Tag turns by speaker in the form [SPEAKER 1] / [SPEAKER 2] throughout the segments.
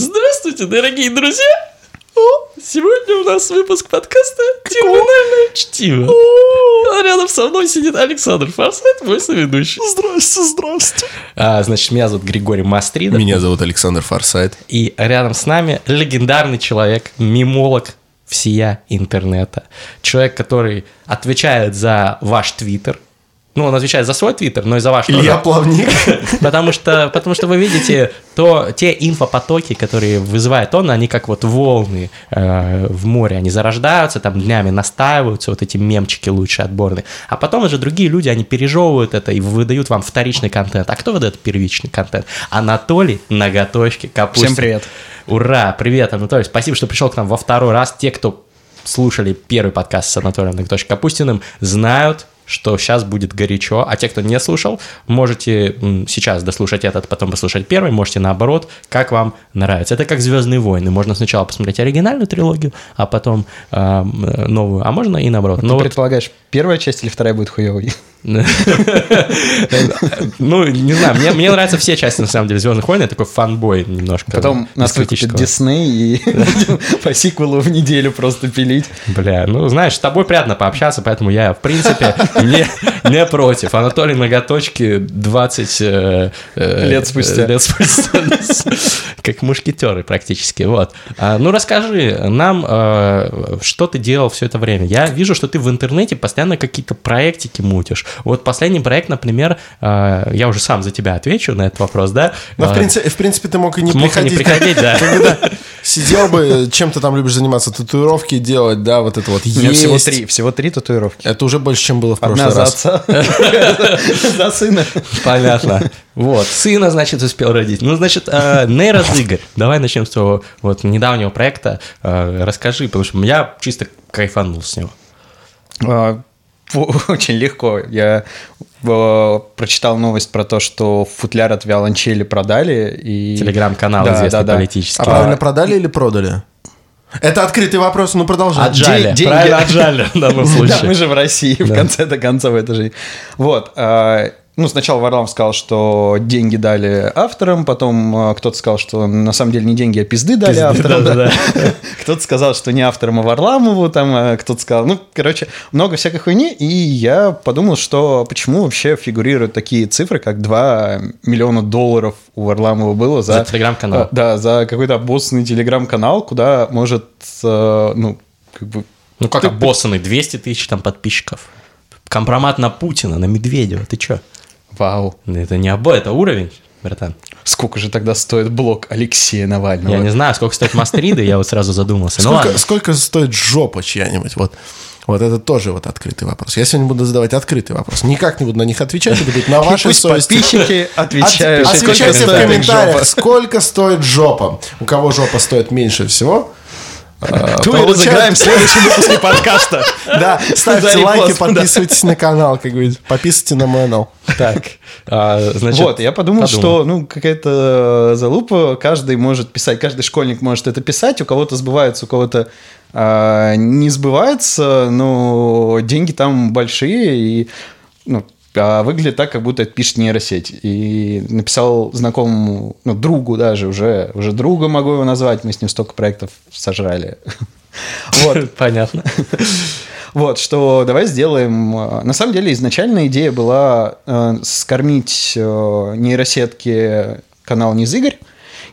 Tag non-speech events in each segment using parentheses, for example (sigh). [SPEAKER 1] Здравствуйте, дорогие друзья! О, Сегодня у нас выпуск подкаста «Терминальное чтиво». А рядом со мной сидит Александр Форсайт, мой соведущий.
[SPEAKER 2] Здрасте, здрасте.
[SPEAKER 1] А, значит, меня зовут Григорий Мастридов.
[SPEAKER 2] Меня зовут Александр Форсайт.
[SPEAKER 1] И рядом с нами легендарный человек, мимолог всея интернета. Человек, который отвечает за ваш твиттер. Ну, он отвечает за свой твиттер, но и за ваш тоже.
[SPEAKER 2] Илья Плавник. Ну,
[SPEAKER 1] Потому что, потому что вы видите, то те инфопотоки, которые вызывает он, они как вот волны э, в море, они зарождаются, там днями настаиваются, вот эти мемчики лучше отборные. А потом уже другие люди, они пережевывают это и выдают вам вторичный контент. А кто выдает первичный контент? Анатолий Ноготочки Капустин.
[SPEAKER 3] Всем привет.
[SPEAKER 1] Ура, привет, Анатолий. Спасибо, что пришел к нам во второй раз. Те, кто слушали первый подкаст с Анатолием Ноготочкой Капустиным, знают, что сейчас будет горячо, а те, кто не слушал, можете м, сейчас дослушать этот, потом послушать первый, можете наоборот, как вам нравится. Это как «Звездные войны». Можно сначала посмотреть оригинальную трилогию, а потом эм, э, новую, а можно и наоборот. Но
[SPEAKER 3] Ты
[SPEAKER 1] вот-
[SPEAKER 3] предполагаешь, первая часть или вторая будет хуевой?
[SPEAKER 1] Ну, не знаю, мне, мне нравятся все части, на самом деле, Звездных войн, я такой фанбой немножко.
[SPEAKER 3] Потом нас выкупит
[SPEAKER 1] дискретического.
[SPEAKER 3] Дисней и (laughs) будем по сиквелу в неделю просто пилить.
[SPEAKER 1] Бля, ну знаешь, с тобой приятно пообщаться, поэтому я, в принципе, (laughs) не, не против. Анатолий Ноготочки 20 э, э,
[SPEAKER 3] Лет спустя.
[SPEAKER 1] лет спустя. (laughs) Как мушкетеры практически, вот. А, Ну, расскажи нам, э, что ты делал все это время. Я вижу, что ты в интернете постоянно какие-то проектики мутишь. Вот последний проект, например, э, я уже сам за тебя отвечу на этот вопрос, да?
[SPEAKER 2] Но Ну, в
[SPEAKER 1] Э,
[SPEAKER 2] принципе, в принципе ты мог и не
[SPEAKER 1] Мог и не приходить,
[SPEAKER 2] приходить.
[SPEAKER 1] да.
[SPEAKER 2] Сидел бы, чем ты там любишь заниматься, татуировки делать, да, вот это вот.
[SPEAKER 3] У меня всего
[SPEAKER 2] Есть.
[SPEAKER 3] три, всего три татуировки.
[SPEAKER 2] Это уже больше, чем было в прошлый
[SPEAKER 3] Одна за
[SPEAKER 2] раз.
[SPEAKER 3] отца, (laughs) за сына.
[SPEAKER 1] Понятно. Вот. Сына, значит, успел родить. Ну, значит, э, нейрозыгорь. Давай начнем с твоего вот недавнего проекта. Э, расскажи, потому что я чисто кайфанул с него.
[SPEAKER 3] А, по- Очень легко. Я э, прочитал новость про то, что футляр от виолончели продали. и
[SPEAKER 1] Телеграм-канал
[SPEAKER 3] Да,
[SPEAKER 1] известный
[SPEAKER 3] да, да.
[SPEAKER 1] политический.
[SPEAKER 2] А правильно продали или продали? Это открытый вопрос, ну продолжай.
[SPEAKER 1] Отжали.
[SPEAKER 3] день- день-
[SPEAKER 1] Правильно, отжали в данном
[SPEAKER 3] А (laughs) Да, мы
[SPEAKER 1] случае.
[SPEAKER 3] же в России, в конце до конца в этой жизни. Вот. а, Ну, сначала Варламов сказал, что деньги дали авторам, потом а, кто-то сказал, что на самом деле не деньги, а пизды дали авторам. да.
[SPEAKER 1] да-да-да.
[SPEAKER 3] (laughs) Кто-то сказал, что не авторам, а Варламову, там а, кто-то сказал, ну, короче, много всякой хуйни, и я подумал, что почему вообще фигурируют такие цифры, как 2 миллиона долларов у Варламова было за...
[SPEAKER 1] За телеграм-канал.
[SPEAKER 3] А, Да, за какой-то обоссанный телеграм-канал, куда может, э, ну, как бы...
[SPEAKER 1] Ну, как
[SPEAKER 3] ты-
[SPEAKER 1] обоссанный, 200 тысяч там подписчиков. Компромат на Путина, на Медведева. Ты чё? Ну,
[SPEAKER 3] Вау.
[SPEAKER 1] Это не обо, это уровень, братан.
[SPEAKER 3] Сколько же тогда стоит блок Алексея Навального?
[SPEAKER 1] Я не знаю, сколько стоит Мастриды, я вот сразу задумался. Ну ладно.
[SPEAKER 2] Сколько, сколько стоит жопа чья-нибудь? Вот. Вот это тоже вот открытый вопрос. Я сегодня буду задавать открытый вопрос. Никак не буду на них отвечать, это будет на вашей
[SPEAKER 3] Пусть
[SPEAKER 2] совести.
[SPEAKER 3] (laughs) подписчики отвечают.
[SPEAKER 2] От-
[SPEAKER 3] сколько
[SPEAKER 2] А Отвечайте в
[SPEAKER 3] стоит их жопа.
[SPEAKER 2] комментариях, сколько стоит жопа. У кого жопа стоит меньше всего, э,
[SPEAKER 3] Ту и
[SPEAKER 2] получает-
[SPEAKER 3] разыграем в следующем (laughs) выпуске подкаста.
[SPEAKER 2] Да, ставьте
[SPEAKER 3] За
[SPEAKER 2] лайки,
[SPEAKER 3] репост, да.
[SPEAKER 2] подписывайтесь на канал, как говорится. Подписывайтесь на мой канал.
[SPEAKER 1] Так, а, значит,
[SPEAKER 3] Вот, я подумал, что, ну, какая-то э, залупа, каждый может писать, каждый школьник может это писать, у кого-то сбывается, у кого-то а, не сбывается, но деньги там большие, и, ну, а выглядит так, как будто это пишет нейросеть. И написал знакомому, ну, другу даже, уже, уже друга могу его назвать, мы с ним столько проектов сожрали. (laughs) Вот.
[SPEAKER 1] (laughs) Понятно.
[SPEAKER 3] Вот, что давай сделаем... э, На самом деле, изначально идея была э, скормить э, нейросетке канал Низыгорь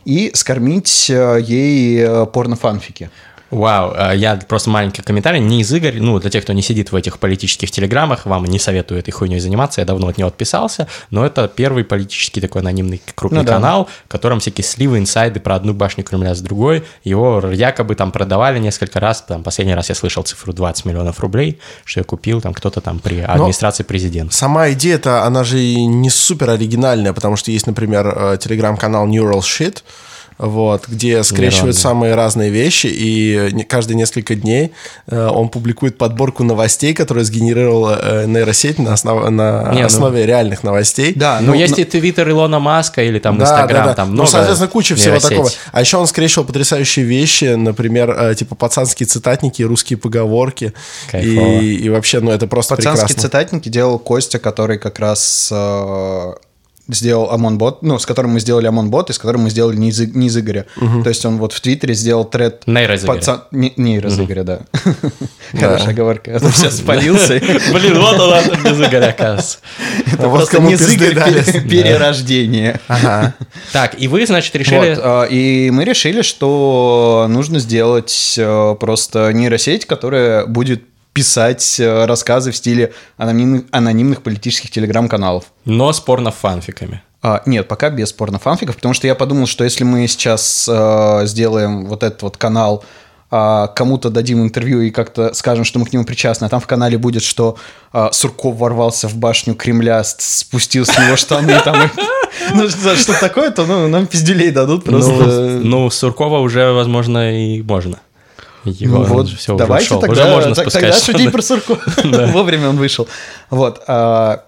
[SPEAKER 3] и скормить э, ей э, порнофанфики.
[SPEAKER 1] Вау, а, я просто маленький комментарий, не из Игорь, ну, для тех, кто не сидит в этих политических телеграммах, вам не советую этой хуйней заниматься, я давно от него отписался, но это первый политический такой анонимный крупный
[SPEAKER 3] Ну да.
[SPEAKER 1] канал, в котором всякие сливы, инсайды про одну башню Кремля с другой, его якобы там продавали несколько раз, там, последний раз я слышал цифру 20 миллионов рублей, что я купил там кто-то там при администрации президента.
[SPEAKER 2] Сама идея-то, она же и не супер оригинальная, потому что есть, например, э, телеграм-канал Neural Shit, вот, где скрещивают
[SPEAKER 1] Нейронные.
[SPEAKER 2] самые разные вещи, и не- каждые несколько дней э, он публикует подборку новостей, которые сгенерировала э, нейросеть на, основ- на
[SPEAKER 1] Не, ну-
[SPEAKER 2] основе реальных новостей.
[SPEAKER 3] Да,
[SPEAKER 1] Ну, есть и твиттер Илона Маска или там Инстаграм, там много
[SPEAKER 2] Ну, соответственно, куча всего
[SPEAKER 1] нейросети.
[SPEAKER 2] такого. А еще он скрещивал потрясающие вещи, например, э, типа пацанские цитатники, русские поговорки.
[SPEAKER 1] Кайфово.
[SPEAKER 2] И, и вообще, ну, это просто
[SPEAKER 3] Пацанские
[SPEAKER 2] прекрасно.
[SPEAKER 3] цитатники делал Костя, который как раз э, сделал ОМОН-бот, ну, с которым мы сделали ОМОН-бот и с которым мы сделали низ, низ Игоря. То есть он вот в Твиттере сделал тред...
[SPEAKER 1] Нейрозыгоря.
[SPEAKER 3] пацан- не- Нейроз Игоря, (laughs) да. Хорошая оговорка. А то сейчас (laughs) спалился.
[SPEAKER 1] (laughs) Блин, вот она без Игоря, оказывается.
[SPEAKER 3] Это
[SPEAKER 2] Вот
[SPEAKER 3] просто
[SPEAKER 2] кому
[SPEAKER 3] низ
[SPEAKER 2] пизды
[SPEAKER 3] Игорь
[SPEAKER 2] дали.
[SPEAKER 3] пере- перерождение.
[SPEAKER 2] Ага.
[SPEAKER 1] Так, и вы, значит, решили...
[SPEAKER 3] Вот, а, и мы решили, что нужно сделать э, просто нейросеть, которая будет писать э, рассказы в стиле анонимных, анонимных политических телеграм-каналов.
[SPEAKER 1] Но с порнофанфиками.
[SPEAKER 3] А, нет, пока без порнофанфиков, потому что я подумал, что если мы сейчас э, сделаем вот этот вот канал, а, кому-то дадим интервью и как-то скажем, что мы к нему причастны, а там в канале будет, что а, Сурков ворвался в башню Кремля, с- спустил с него штаны там. и- (laughs) Ну, что что такое, то ну, нам пизделей дадут просто.
[SPEAKER 1] Ну, ну, Суркова уже, возможно, и можно. Его,
[SPEAKER 3] Ну
[SPEAKER 1] он
[SPEAKER 3] вот,
[SPEAKER 1] же всё, уже
[SPEAKER 3] давайте
[SPEAKER 1] ушёл.
[SPEAKER 3] тогда,
[SPEAKER 1] Уже можно
[SPEAKER 3] т-
[SPEAKER 1] спускать
[SPEAKER 3] тогда
[SPEAKER 1] штаны.
[SPEAKER 3] шутить про (laughs) Суркова. Вовремя он вышел. Вот. а,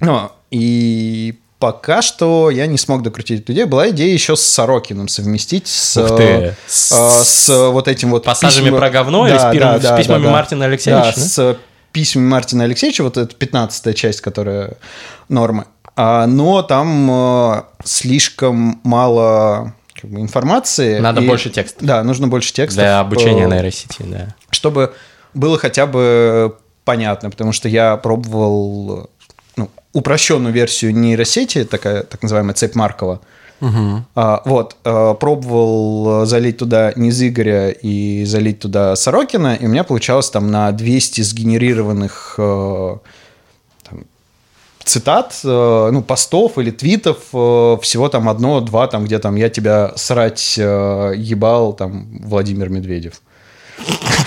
[SPEAKER 3] Ну, и пока что я не смог докрутить эту идею. Была идея еще с Сорокиным совместить с,
[SPEAKER 1] Ух ты.
[SPEAKER 3] а, с вот этим вот...
[SPEAKER 1] Пассажами
[SPEAKER 3] письма-
[SPEAKER 1] про говно или с пиром- с письмами Мартина Алексеевича,
[SPEAKER 3] Да,
[SPEAKER 1] да?
[SPEAKER 3] с письмами Мартина Алексеевича, вот эта 15 часть, которая нормы. А, но там э, слишком мало как бы, информации.
[SPEAKER 1] Надо больше текста.
[SPEAKER 3] Да, нужно больше э, текста.
[SPEAKER 1] (laughs) Для обучения
[SPEAKER 3] наверное
[SPEAKER 1] нейросети, да.
[SPEAKER 3] чтобы было хотя бы понятно, потому что я пробовал ну, упрощенную версию нейросети, такая так называемая цепь Маркова. А, вот, а, пробовал а, залить туда низ Игоря и залить туда Сорокина, и у меня получалось там на 200 сгенерированных э, там, цитат, э, ну, постов или твитов, э, всего там одно-два, там, где там «я тебя срать э, ебал», там, Владимир Медведев. (laughs)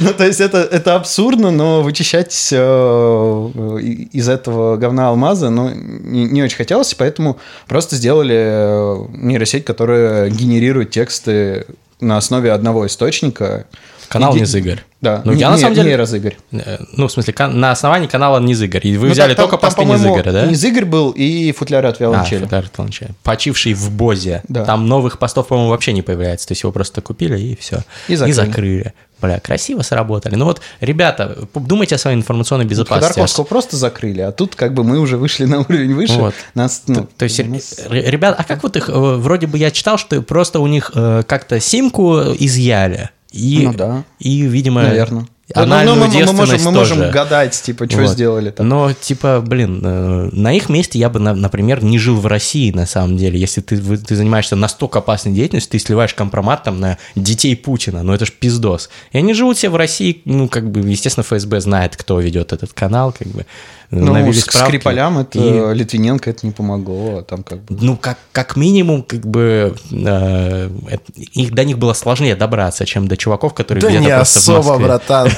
[SPEAKER 3] Ну, то есть это, это абсурдно, но вычищать э, и- из этого говна алмаза ну, не, не очень хотелось, и поэтому просто сделали э, нейросеть, которая генерирует тексты на основе одного источника.
[SPEAKER 1] Канал
[SPEAKER 3] Иди-
[SPEAKER 1] «Низ Игорь».
[SPEAKER 3] Да.
[SPEAKER 1] Ну, я на самом деле-
[SPEAKER 3] Не Игорь.
[SPEAKER 1] Э, Ну, в смысле, кан- на основании канала «Низ Игорь». И вы
[SPEAKER 3] Ну,
[SPEAKER 1] взяли
[SPEAKER 3] там-
[SPEAKER 1] только
[SPEAKER 3] там,
[SPEAKER 1] посты «Низ
[SPEAKER 3] по-моему,
[SPEAKER 1] Игоря», да?
[SPEAKER 3] Низ Игорь был и футляр от
[SPEAKER 1] А,
[SPEAKER 3] виолончели.
[SPEAKER 1] Федор Антонович, почивший в Бозе.
[SPEAKER 3] Да.
[SPEAKER 1] Там новых постов, по-моему, вообще не появляется. То есть его просто купили и все.
[SPEAKER 3] И закрыли.
[SPEAKER 1] Бля, красиво сработали. Ну вот, ребята, п- думайте о своей информационной безопасности.
[SPEAKER 3] Ходорковского просто закрыли, а тут как бы мы уже вышли на уровень выше.
[SPEAKER 1] Вот.
[SPEAKER 3] Нас, ну,
[SPEAKER 1] То есть, р-
[SPEAKER 3] нас-
[SPEAKER 1] р- ребят, а как вот их, э, вроде бы я читал, что просто у них э, как-то симку изъяли. И,
[SPEAKER 3] Ну да.
[SPEAKER 1] И, видимо,
[SPEAKER 3] Наверное.
[SPEAKER 1] анальную
[SPEAKER 3] ну, мы, можем,
[SPEAKER 1] девственность
[SPEAKER 3] мы можем
[SPEAKER 1] тоже.
[SPEAKER 3] гадать, типа, что
[SPEAKER 1] Вот.
[SPEAKER 3] сделали там.
[SPEAKER 1] Но, типа, блин, э, на их месте я бы, на- например, не жил в России, на самом деле. Если ты, вы- ты занимаешься настолько опасной деятельностью, ты сливаешь компромат там на детей Путина, ну это ж пиздос. И они живут все в России, ну, как бы, естественно, ФСБ знает, кто ведет этот канал, как бы.
[SPEAKER 3] Ну,
[SPEAKER 1] навели
[SPEAKER 3] с
[SPEAKER 1] справки.
[SPEAKER 3] Скрипалям это
[SPEAKER 1] И-
[SPEAKER 3] Литвиненко это не помогло, а там как бы.
[SPEAKER 1] ну, как, как минимум, как бы э, это- их, до них было сложнее добраться, чем до чуваков, которые
[SPEAKER 2] Да
[SPEAKER 1] где-то
[SPEAKER 2] не
[SPEAKER 1] просто в
[SPEAKER 2] особо,
[SPEAKER 1] Москве.
[SPEAKER 2] братан.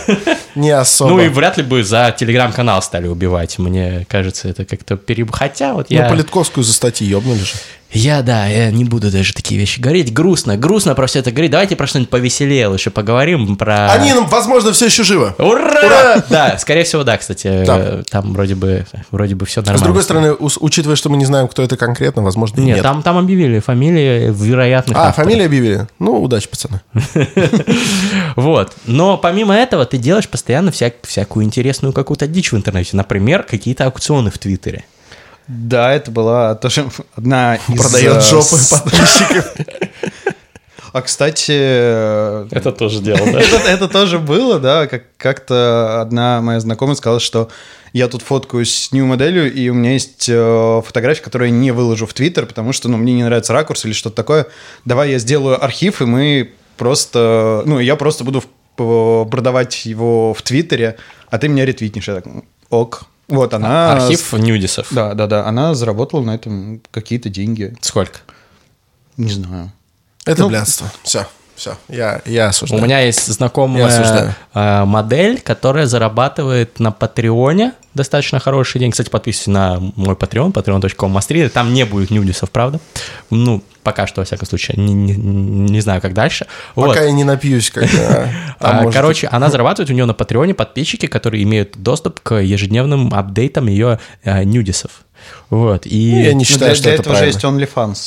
[SPEAKER 2] Не
[SPEAKER 1] (laughs)
[SPEAKER 2] особо.
[SPEAKER 1] Ну и вряд ли бы за телеграм-канал стали убивать. Мне кажется, это как-то переб... Хотя вот я...
[SPEAKER 2] Ну, Политковскую за статьи ебнули же.
[SPEAKER 1] Я, да, я не буду даже такие вещи говорить. Грустно, грустно про все это говорить. Давайте про что-нибудь повеселее лучше поговорим. Про...
[SPEAKER 2] Они, ну, возможно, все еще живы.
[SPEAKER 1] Ура! Да, скорее всего, да, кстати. э,
[SPEAKER 2] Да.
[SPEAKER 1] Там вроде бы, вроде бы все нормально.
[SPEAKER 2] А С другой стороны, ус- учитывая, что мы не знаем, кто это конкретно, возможно, и
[SPEAKER 1] Нет,
[SPEAKER 2] нет.
[SPEAKER 1] там, там объявили фамилии вероятных
[SPEAKER 2] А,
[SPEAKER 1] авторов.
[SPEAKER 2] фамилия объявили? Ну, удачи, пацаны.
[SPEAKER 1] Вот. Но помимо этого ты делаешь постоянно вся- всякую интересную какую-то дичь в интернете. Например, какие-то аукционы в Твиттере.
[SPEAKER 3] Да, это была тоже одна из... э,
[SPEAKER 2] Продает жопы
[SPEAKER 3] с-
[SPEAKER 2] подписчиков.
[SPEAKER 3] (laughs) А, кстати, э,
[SPEAKER 1] Это тоже дело,
[SPEAKER 2] (laughs)
[SPEAKER 3] это, это тоже было, да, как, как-то одна моя знакомая сказала, что я тут фоткаюсь с нью-моделью, и у меня есть э, фотография, которую я не выложу в Твиттер, потому что, ну, мне не нравится ракурс или что-то такое. Давай я сделаю архив, и мы просто... Ну, я просто буду в- п- продавать его в Твиттере, а ты меня ретвитнешь. Я так, «Ну, ок. Вот
[SPEAKER 2] А,
[SPEAKER 3] она...
[SPEAKER 1] Архив нюдисов.
[SPEAKER 3] Да, да, да. Она заработала на этом какие-то деньги.
[SPEAKER 1] Сколько?
[SPEAKER 3] Не знаю.
[SPEAKER 2] Это
[SPEAKER 3] Ну,
[SPEAKER 2] блядство. Все, все. Я,
[SPEAKER 1] У
[SPEAKER 2] я осуждаю.
[SPEAKER 1] меня есть
[SPEAKER 2] Я
[SPEAKER 1] знакомая
[SPEAKER 2] осуждаю.
[SPEAKER 1] э, модель, которая зарабатывает на Патреоне достаточно хороший день. Кстати, подписывайтесь на мой Patreon, patreon.com Мастрида. Там не будет нюдисов, правда? Ну, пока что, во всяком случае. Не, не- не знаю, как дальше. Вот.
[SPEAKER 2] Пока я не напьюсь, когда...
[SPEAKER 1] А, (laughs)
[SPEAKER 2] там может-
[SPEAKER 1] Короче, она
[SPEAKER 3] ну.
[SPEAKER 1] зарабатывает у нее на Патреоне подписчики, которые имеют доступ к ежедневным апдейтам ее э, нюдисов. Вот. И
[SPEAKER 2] Я не
[SPEAKER 3] Ну,
[SPEAKER 2] считаю,
[SPEAKER 3] для,
[SPEAKER 2] что
[SPEAKER 3] для
[SPEAKER 2] это
[SPEAKER 3] этого
[SPEAKER 2] правильно.
[SPEAKER 3] же есть OnlyFans.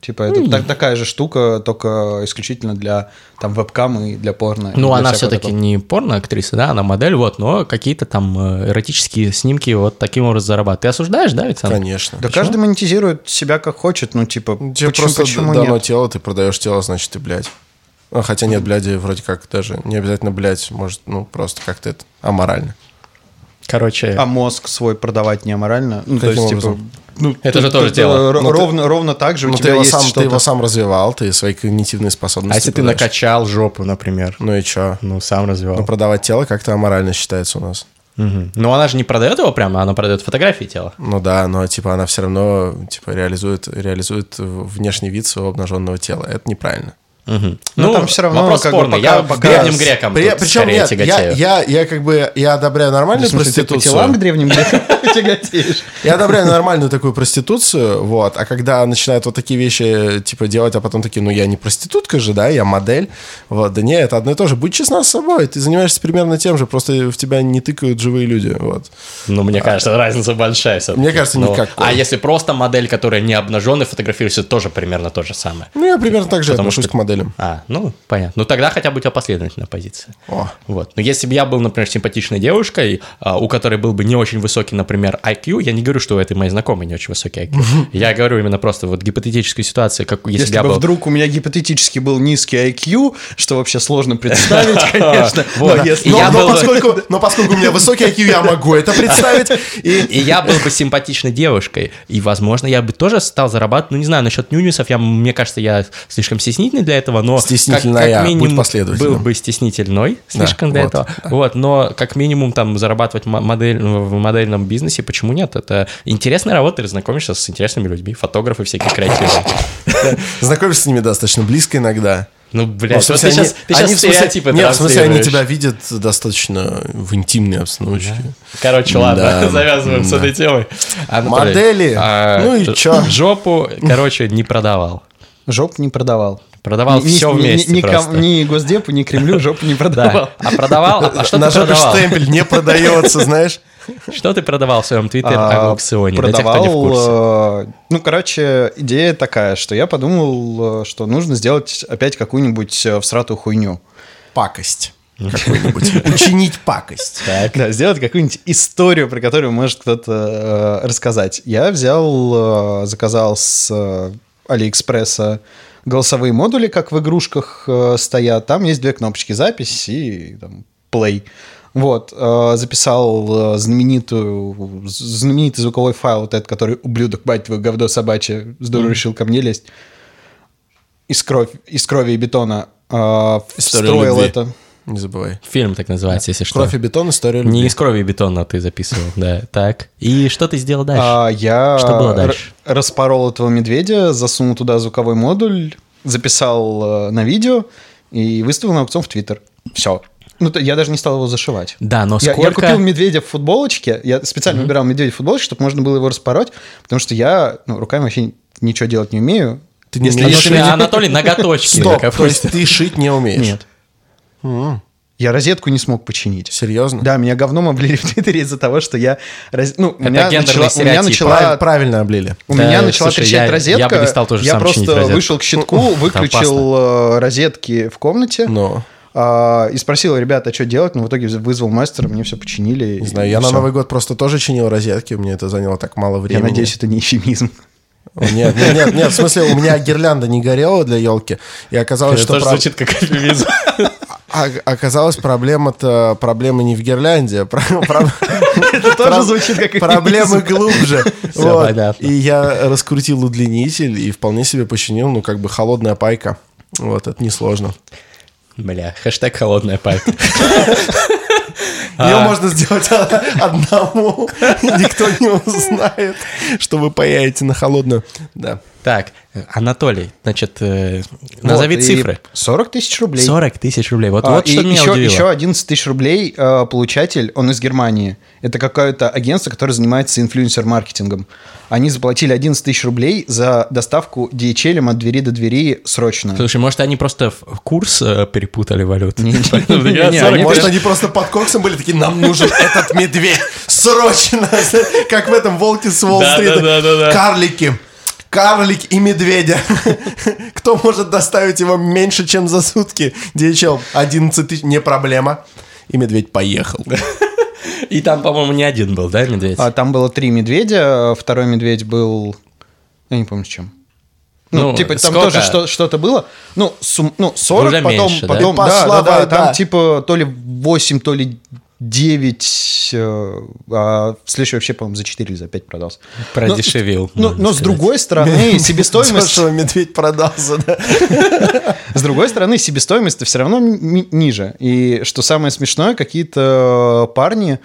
[SPEAKER 3] Типа, это так- такая же штука, только исключительно для там вебкам и для порно. и
[SPEAKER 1] Ну,
[SPEAKER 3] для
[SPEAKER 1] она
[SPEAKER 3] всякого
[SPEAKER 1] все-таки
[SPEAKER 3] такого.
[SPEAKER 1] не порно-актриса, да, она модель, вот, но какие-то там э, эротические снимки вот таким образом зарабатывает. Ты осуждаешь, да, Александр?
[SPEAKER 2] Конечно.
[SPEAKER 3] Да каждый монетизирует себя как хочет, ну, типа,
[SPEAKER 2] Ну, Тебе
[SPEAKER 3] почему,
[SPEAKER 2] просто
[SPEAKER 3] почему
[SPEAKER 2] дано
[SPEAKER 3] нет?
[SPEAKER 2] тело, ты продаешь тело, значит, ты блядь. А, хотя нет, бляди вроде как даже не обязательно блядь, может, ну, просто как-то это аморально.
[SPEAKER 1] Короче,
[SPEAKER 3] А мозг свой продавать не аморально? Ну, то
[SPEAKER 2] Каким
[SPEAKER 3] есть, типа,
[SPEAKER 2] образом?
[SPEAKER 3] ну,
[SPEAKER 1] Это
[SPEAKER 3] тут-
[SPEAKER 1] же тоже
[SPEAKER 3] тут,
[SPEAKER 1] тело.
[SPEAKER 3] э, ро-
[SPEAKER 2] Но ты-
[SPEAKER 3] Ровно, ровно так же у
[SPEAKER 2] Ну, ты
[SPEAKER 3] тебя
[SPEAKER 2] его,
[SPEAKER 3] есть
[SPEAKER 2] сам, ты
[SPEAKER 3] что-то.
[SPEAKER 2] его сам развивал, ты свои когнитивные способности
[SPEAKER 1] а если ты
[SPEAKER 2] продаешь.
[SPEAKER 1] накачал жопу, например,
[SPEAKER 2] Ну и чё?
[SPEAKER 1] ну, сам развивал.
[SPEAKER 2] Ну, продавать тело как-то аморально считается у нас.
[SPEAKER 1] Мгм. Но она же не продает его прямо, она продает фотографии тела.
[SPEAKER 2] Ну да, но типа она все равно типа реализует, реализует внешний вид своего обнаженного тела. Это неправильно.
[SPEAKER 1] Мгм.
[SPEAKER 3] Ну, там всё равно
[SPEAKER 1] вопрос
[SPEAKER 3] как бы
[SPEAKER 1] спорный.
[SPEAKER 3] пока-
[SPEAKER 1] я
[SPEAKER 3] пока
[SPEAKER 1] к древним грекам
[SPEAKER 2] При-
[SPEAKER 1] тут
[SPEAKER 2] причем
[SPEAKER 1] скорее
[SPEAKER 2] нет, я,
[SPEAKER 1] тяготею.
[SPEAKER 2] я, я как бы я одобряю
[SPEAKER 3] В
[SPEAKER 2] нормальную
[SPEAKER 3] смысле, ты по
[SPEAKER 2] проституцию.
[SPEAKER 3] телам к древним
[SPEAKER 2] (laughs)
[SPEAKER 3] грекам тяготеешь?
[SPEAKER 2] Я одобряю нормальную такую проституцию, вот, а когда начинают вот такие вещи, типа, делать, а потом такие, ну, я не проститутка же, да, я модель, вот, да не, это одно и то же, будь честна с собой, ты занимаешься примерно тем же, просто в тебя не тыкают живые люди, вот.
[SPEAKER 1] Ну, мне кажется, разница большая всё-таки.
[SPEAKER 2] А, Мне кажется,
[SPEAKER 1] Ну,
[SPEAKER 2] никакой.
[SPEAKER 1] А если просто модель, которая не обнаженная, фотографируется, тоже примерно то же самое.
[SPEAKER 2] Ну, я примерно так же
[SPEAKER 1] Потому
[SPEAKER 2] отношусь
[SPEAKER 1] что-
[SPEAKER 2] к моделям.
[SPEAKER 1] А, ну, понятно. Ну, тогда хотя бы у тебя последовательная позиция.
[SPEAKER 2] О.
[SPEAKER 1] Вот. Но если бы я был, например, симпатичной девушкой, а, у которой был бы не очень высокий, например, IQ, я не говорю, что у этой моей знакомой не очень высокий
[SPEAKER 2] (laughs)
[SPEAKER 1] IQ. Я говорю именно просто вот гипотетическую ситуацию, как если,
[SPEAKER 3] Если
[SPEAKER 1] бы я
[SPEAKER 3] бы
[SPEAKER 1] был...
[SPEAKER 3] вдруг у меня гипотетически был низкий IQ, что вообще сложно представить,
[SPEAKER 2] (laughs)
[SPEAKER 3] конечно.
[SPEAKER 1] Вот.
[SPEAKER 3] но если-
[SPEAKER 1] И
[SPEAKER 2] Но,
[SPEAKER 1] я
[SPEAKER 2] но
[SPEAKER 1] был бы-
[SPEAKER 2] поскольку, но поскольку у меня высокий IQ, я могу это представить. И
[SPEAKER 1] И я был бы симпатичной девушкой. И, возможно, я бы тоже стал зарабатывать. Ну, не знаю, насчет нюнисов, я, мне кажется, я слишком стеснительный для этого, но... как-
[SPEAKER 2] Стеснительная,
[SPEAKER 1] как минимум
[SPEAKER 2] будь последовательным.
[SPEAKER 1] Был бы стеснительной слишком
[SPEAKER 2] Да,
[SPEAKER 1] для
[SPEAKER 2] вот,
[SPEAKER 1] этого. Вот, но как минимум там зарабатывать мо- модель, ну, в модельном бизнесе, почему нет? Это интересная работа, ты знакомишься с интересными людьми, фотографы всякие креативные.
[SPEAKER 2] знакомишься с ними достаточно близко иногда.
[SPEAKER 1] Ну,
[SPEAKER 2] Ну, в
[SPEAKER 1] блядь, вот
[SPEAKER 2] смысле,
[SPEAKER 1] ты сейчас ты
[SPEAKER 2] они-
[SPEAKER 1] сейчас
[SPEAKER 2] они в смысле-
[SPEAKER 1] стереотипы
[SPEAKER 2] Нет, в смысле, они
[SPEAKER 1] транслируешь.
[SPEAKER 2] тебя видят достаточно в интимной обстановочке.
[SPEAKER 1] Короче, ладно, (laughs)
[SPEAKER 2] Да,
[SPEAKER 1] завязываем с
[SPEAKER 2] да.
[SPEAKER 1] этой темой. Анатолий,
[SPEAKER 2] Модели?
[SPEAKER 1] а,
[SPEAKER 2] Ну и
[SPEAKER 1] ж-
[SPEAKER 2] чё?
[SPEAKER 1] Жопу, короче, не продавал.
[SPEAKER 3] Жоп не продавал.
[SPEAKER 1] Продавал
[SPEAKER 3] Ни-
[SPEAKER 1] все
[SPEAKER 3] ни-
[SPEAKER 1] вместе
[SPEAKER 3] ни, ни
[SPEAKER 1] просто.
[SPEAKER 3] ком- ни Госдепу,
[SPEAKER 1] (laughs)
[SPEAKER 3] ни Кремлю жопу не продавал.
[SPEAKER 1] Да. А продавал? А что
[SPEAKER 2] На
[SPEAKER 1] ты
[SPEAKER 2] жопе
[SPEAKER 1] продавал?
[SPEAKER 2] штемпель
[SPEAKER 1] (laughs)
[SPEAKER 2] не продается, знаешь?
[SPEAKER 1] Что ты продавал в своем твиттере
[SPEAKER 3] А,
[SPEAKER 1] о аукционе? Для тех, кто не в курсе.
[SPEAKER 3] э, ну, короче, идея такая, что я подумал, э, что нужно сделать опять какую-нибудь э, всратую хуйню.
[SPEAKER 2] Пакость.
[SPEAKER 1] (laughs)
[SPEAKER 2] Какой-нибудь. Учинить пакость.
[SPEAKER 3] Да, сделать какую-нибудь историю, про которую может кто-то э, рассказать. Я взял, э, заказал с э, Алиэкспресса голосовые модули, как в игрушках э, стоят. Там есть две кнопочки запись и там, play. Вот, э, записал э, знаменитую, з- знаменитый звуковой файл, вот этот, который «Ублюдок, бать твою, говдо собачье, здорово решил ко мне лезть». Из, кровь, из крови и бетона э,
[SPEAKER 2] История
[SPEAKER 3] встроил
[SPEAKER 2] любви.
[SPEAKER 3] это.
[SPEAKER 2] Не забывай.
[SPEAKER 1] Фильм так называется, если что.
[SPEAKER 2] Кровь и бетон, история
[SPEAKER 1] Не
[SPEAKER 2] любви.
[SPEAKER 1] из крови и бетона ты записывал, да. Так. И что ты сделал дальше?
[SPEAKER 3] А, я
[SPEAKER 1] Что было
[SPEAKER 3] р-
[SPEAKER 1] дальше?
[SPEAKER 3] распорол этого медведя, засунул туда звуковой модуль, записал э, на видео и выставил на аукцион в Твиттер. Все. Ну, то- я даже не стал его зашивать.
[SPEAKER 1] Да, но
[SPEAKER 3] Я, я
[SPEAKER 1] сколько...
[SPEAKER 3] купил медведя в футболочке, я специально выбирал медведя в футболочке, чтобы можно было его распороть, потому что я ну, руками вообще ничего делать не умею.
[SPEAKER 2] Ты не
[SPEAKER 1] Если
[SPEAKER 2] умеешь
[SPEAKER 1] если
[SPEAKER 2] шить?
[SPEAKER 1] Анатолий Ноготочкин.
[SPEAKER 2] Стоп,
[SPEAKER 1] как
[SPEAKER 2] то есть ты шить не умеешь?
[SPEAKER 3] Нет. Я розетку не смог починить.
[SPEAKER 2] Серьезно?
[SPEAKER 3] Да, меня говном облили в Твиттере из-за того, что я... раз- Ну, у
[SPEAKER 1] Это
[SPEAKER 3] меня
[SPEAKER 1] гендерный
[SPEAKER 3] начала- у меня
[SPEAKER 1] стереотип.
[SPEAKER 3] начала
[SPEAKER 2] Прав- Правильно облили.
[SPEAKER 3] У
[SPEAKER 1] Да,
[SPEAKER 3] меня начала
[SPEAKER 1] слушай,
[SPEAKER 3] трещать
[SPEAKER 1] я-
[SPEAKER 3] розетка.
[SPEAKER 1] я бы не стал тоже
[SPEAKER 3] Я
[SPEAKER 1] сам
[SPEAKER 3] просто
[SPEAKER 1] чинить розетку.
[SPEAKER 3] вышел к щитку, выключил э, розетки в комнате
[SPEAKER 2] Ну.
[SPEAKER 3] а, и спросил ребята, а что делать, но в итоге вызвал мастера, мне все починили.
[SPEAKER 2] Не
[SPEAKER 3] и
[SPEAKER 1] Ну,
[SPEAKER 2] знаю, я на
[SPEAKER 3] всё.
[SPEAKER 2] Новый год просто тоже чинил розетки, мне это заняло так мало
[SPEAKER 3] Я
[SPEAKER 2] времени.
[SPEAKER 3] надеюсь, это не эфемизм.
[SPEAKER 2] Нет, нет, нет, нет, в смысле, у меня гирлянда не горела для елки, и оказалось,
[SPEAKER 1] Это
[SPEAKER 2] что...
[SPEAKER 1] тоже
[SPEAKER 2] прав-
[SPEAKER 1] звучит как эфемизм.
[SPEAKER 2] А- Оказалось, проблема-то проблема не в гирлянде. а Это
[SPEAKER 3] тоже звучит
[SPEAKER 2] (laughs)
[SPEAKER 3] как
[SPEAKER 2] Проблемы
[SPEAKER 3] эфемизм.
[SPEAKER 2] глубже.
[SPEAKER 1] Всё
[SPEAKER 2] Вот.
[SPEAKER 1] понятно.
[SPEAKER 2] И я раскрутил удлинитель и вполне себе починил, ну, как бы холодная пайка. Вот, это несложно.
[SPEAKER 1] Бля, хэштег холодная пайка. А.
[SPEAKER 2] Ее можно сделать одному. (laughs) Никто не узнает, что вы паяете на холодную. Да.
[SPEAKER 1] Так, Анатолий, значит, э, назови
[SPEAKER 3] (laughs) Вот, и
[SPEAKER 1] цифры.
[SPEAKER 3] 40 тысяч рублей.
[SPEAKER 1] 40 тысяч рублей. Вот,
[SPEAKER 3] А,
[SPEAKER 1] вот
[SPEAKER 3] и
[SPEAKER 1] что меня
[SPEAKER 3] еще,
[SPEAKER 1] удивило.
[SPEAKER 3] еще 11 тысяч рублей э, получатель, он из Германии. Это какое-то агентство, которое занимается инфлюенсер-маркетингом. Они заплатили 11 тысяч рублей за доставку DHL от двери до двери срочно.
[SPEAKER 1] Слушай, может, они просто в- в курс э, перепутали валют? (laughs) Поэтому я
[SPEAKER 3] не,
[SPEAKER 1] 40
[SPEAKER 3] они
[SPEAKER 2] Может, они просто под коксом были такие, нам нужен этот медведь. Срочно. (laughs) Как в этом «Волке с
[SPEAKER 1] Да, да, да, да,
[SPEAKER 2] Уолл-стрита».
[SPEAKER 1] да.
[SPEAKER 2] Карлики. Карлик и медведя. (laughs) Кто может доставить его меньше, чем за сутки? DHL 11 тысяч, не проблема. И медведь поехал.
[SPEAKER 1] И там, по-моему, не один был, да, медведь?
[SPEAKER 3] А там было три медведя, а второй медведь был... Я не помню, с чем. Ну,
[SPEAKER 1] Ну,
[SPEAKER 3] типа, там
[SPEAKER 1] сколько?
[SPEAKER 3] тоже что- что-то было. Ну, сум- ну 40,
[SPEAKER 1] Уже
[SPEAKER 3] потом...
[SPEAKER 1] меньше, да?
[SPEAKER 3] потом
[SPEAKER 2] И пошла
[SPEAKER 3] да, да,
[SPEAKER 2] вода.
[SPEAKER 3] там типа то ли 8, то ли 9, э, а в следующий вообще, по-моему, за 4 или за 5 продался.
[SPEAKER 1] Продешевил,
[SPEAKER 3] Ну,
[SPEAKER 1] можно
[SPEAKER 3] но с
[SPEAKER 1] сказать.
[SPEAKER 3] другой (laughs)
[SPEAKER 2] (laughs)
[SPEAKER 3] стороны, себестоимость...
[SPEAKER 2] Дешево медведь продался, да.
[SPEAKER 3] С другой стороны, себестоимость-то все равно ми- ниже. И что самое смешное, какие-то парни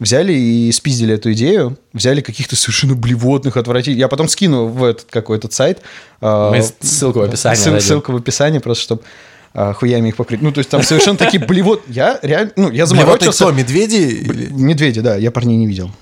[SPEAKER 3] взяли и спиздили эту идею, взяли каких-то совершенно блевотных, отвратительных. Я потом скину в этот какой-то сайт. э,
[SPEAKER 1] Мы ссылку в описании
[SPEAKER 3] Ссыл-
[SPEAKER 1] дадим.
[SPEAKER 3] ссылка в описании, просто чтобы хуями их покрыть. Ну, то есть там совершенно такие блевот... Я реально... Ну,
[SPEAKER 2] Блевотный
[SPEAKER 3] я заморочился.
[SPEAKER 2] кто, медведи? или-
[SPEAKER 3] Медведи, да, я парней не видел.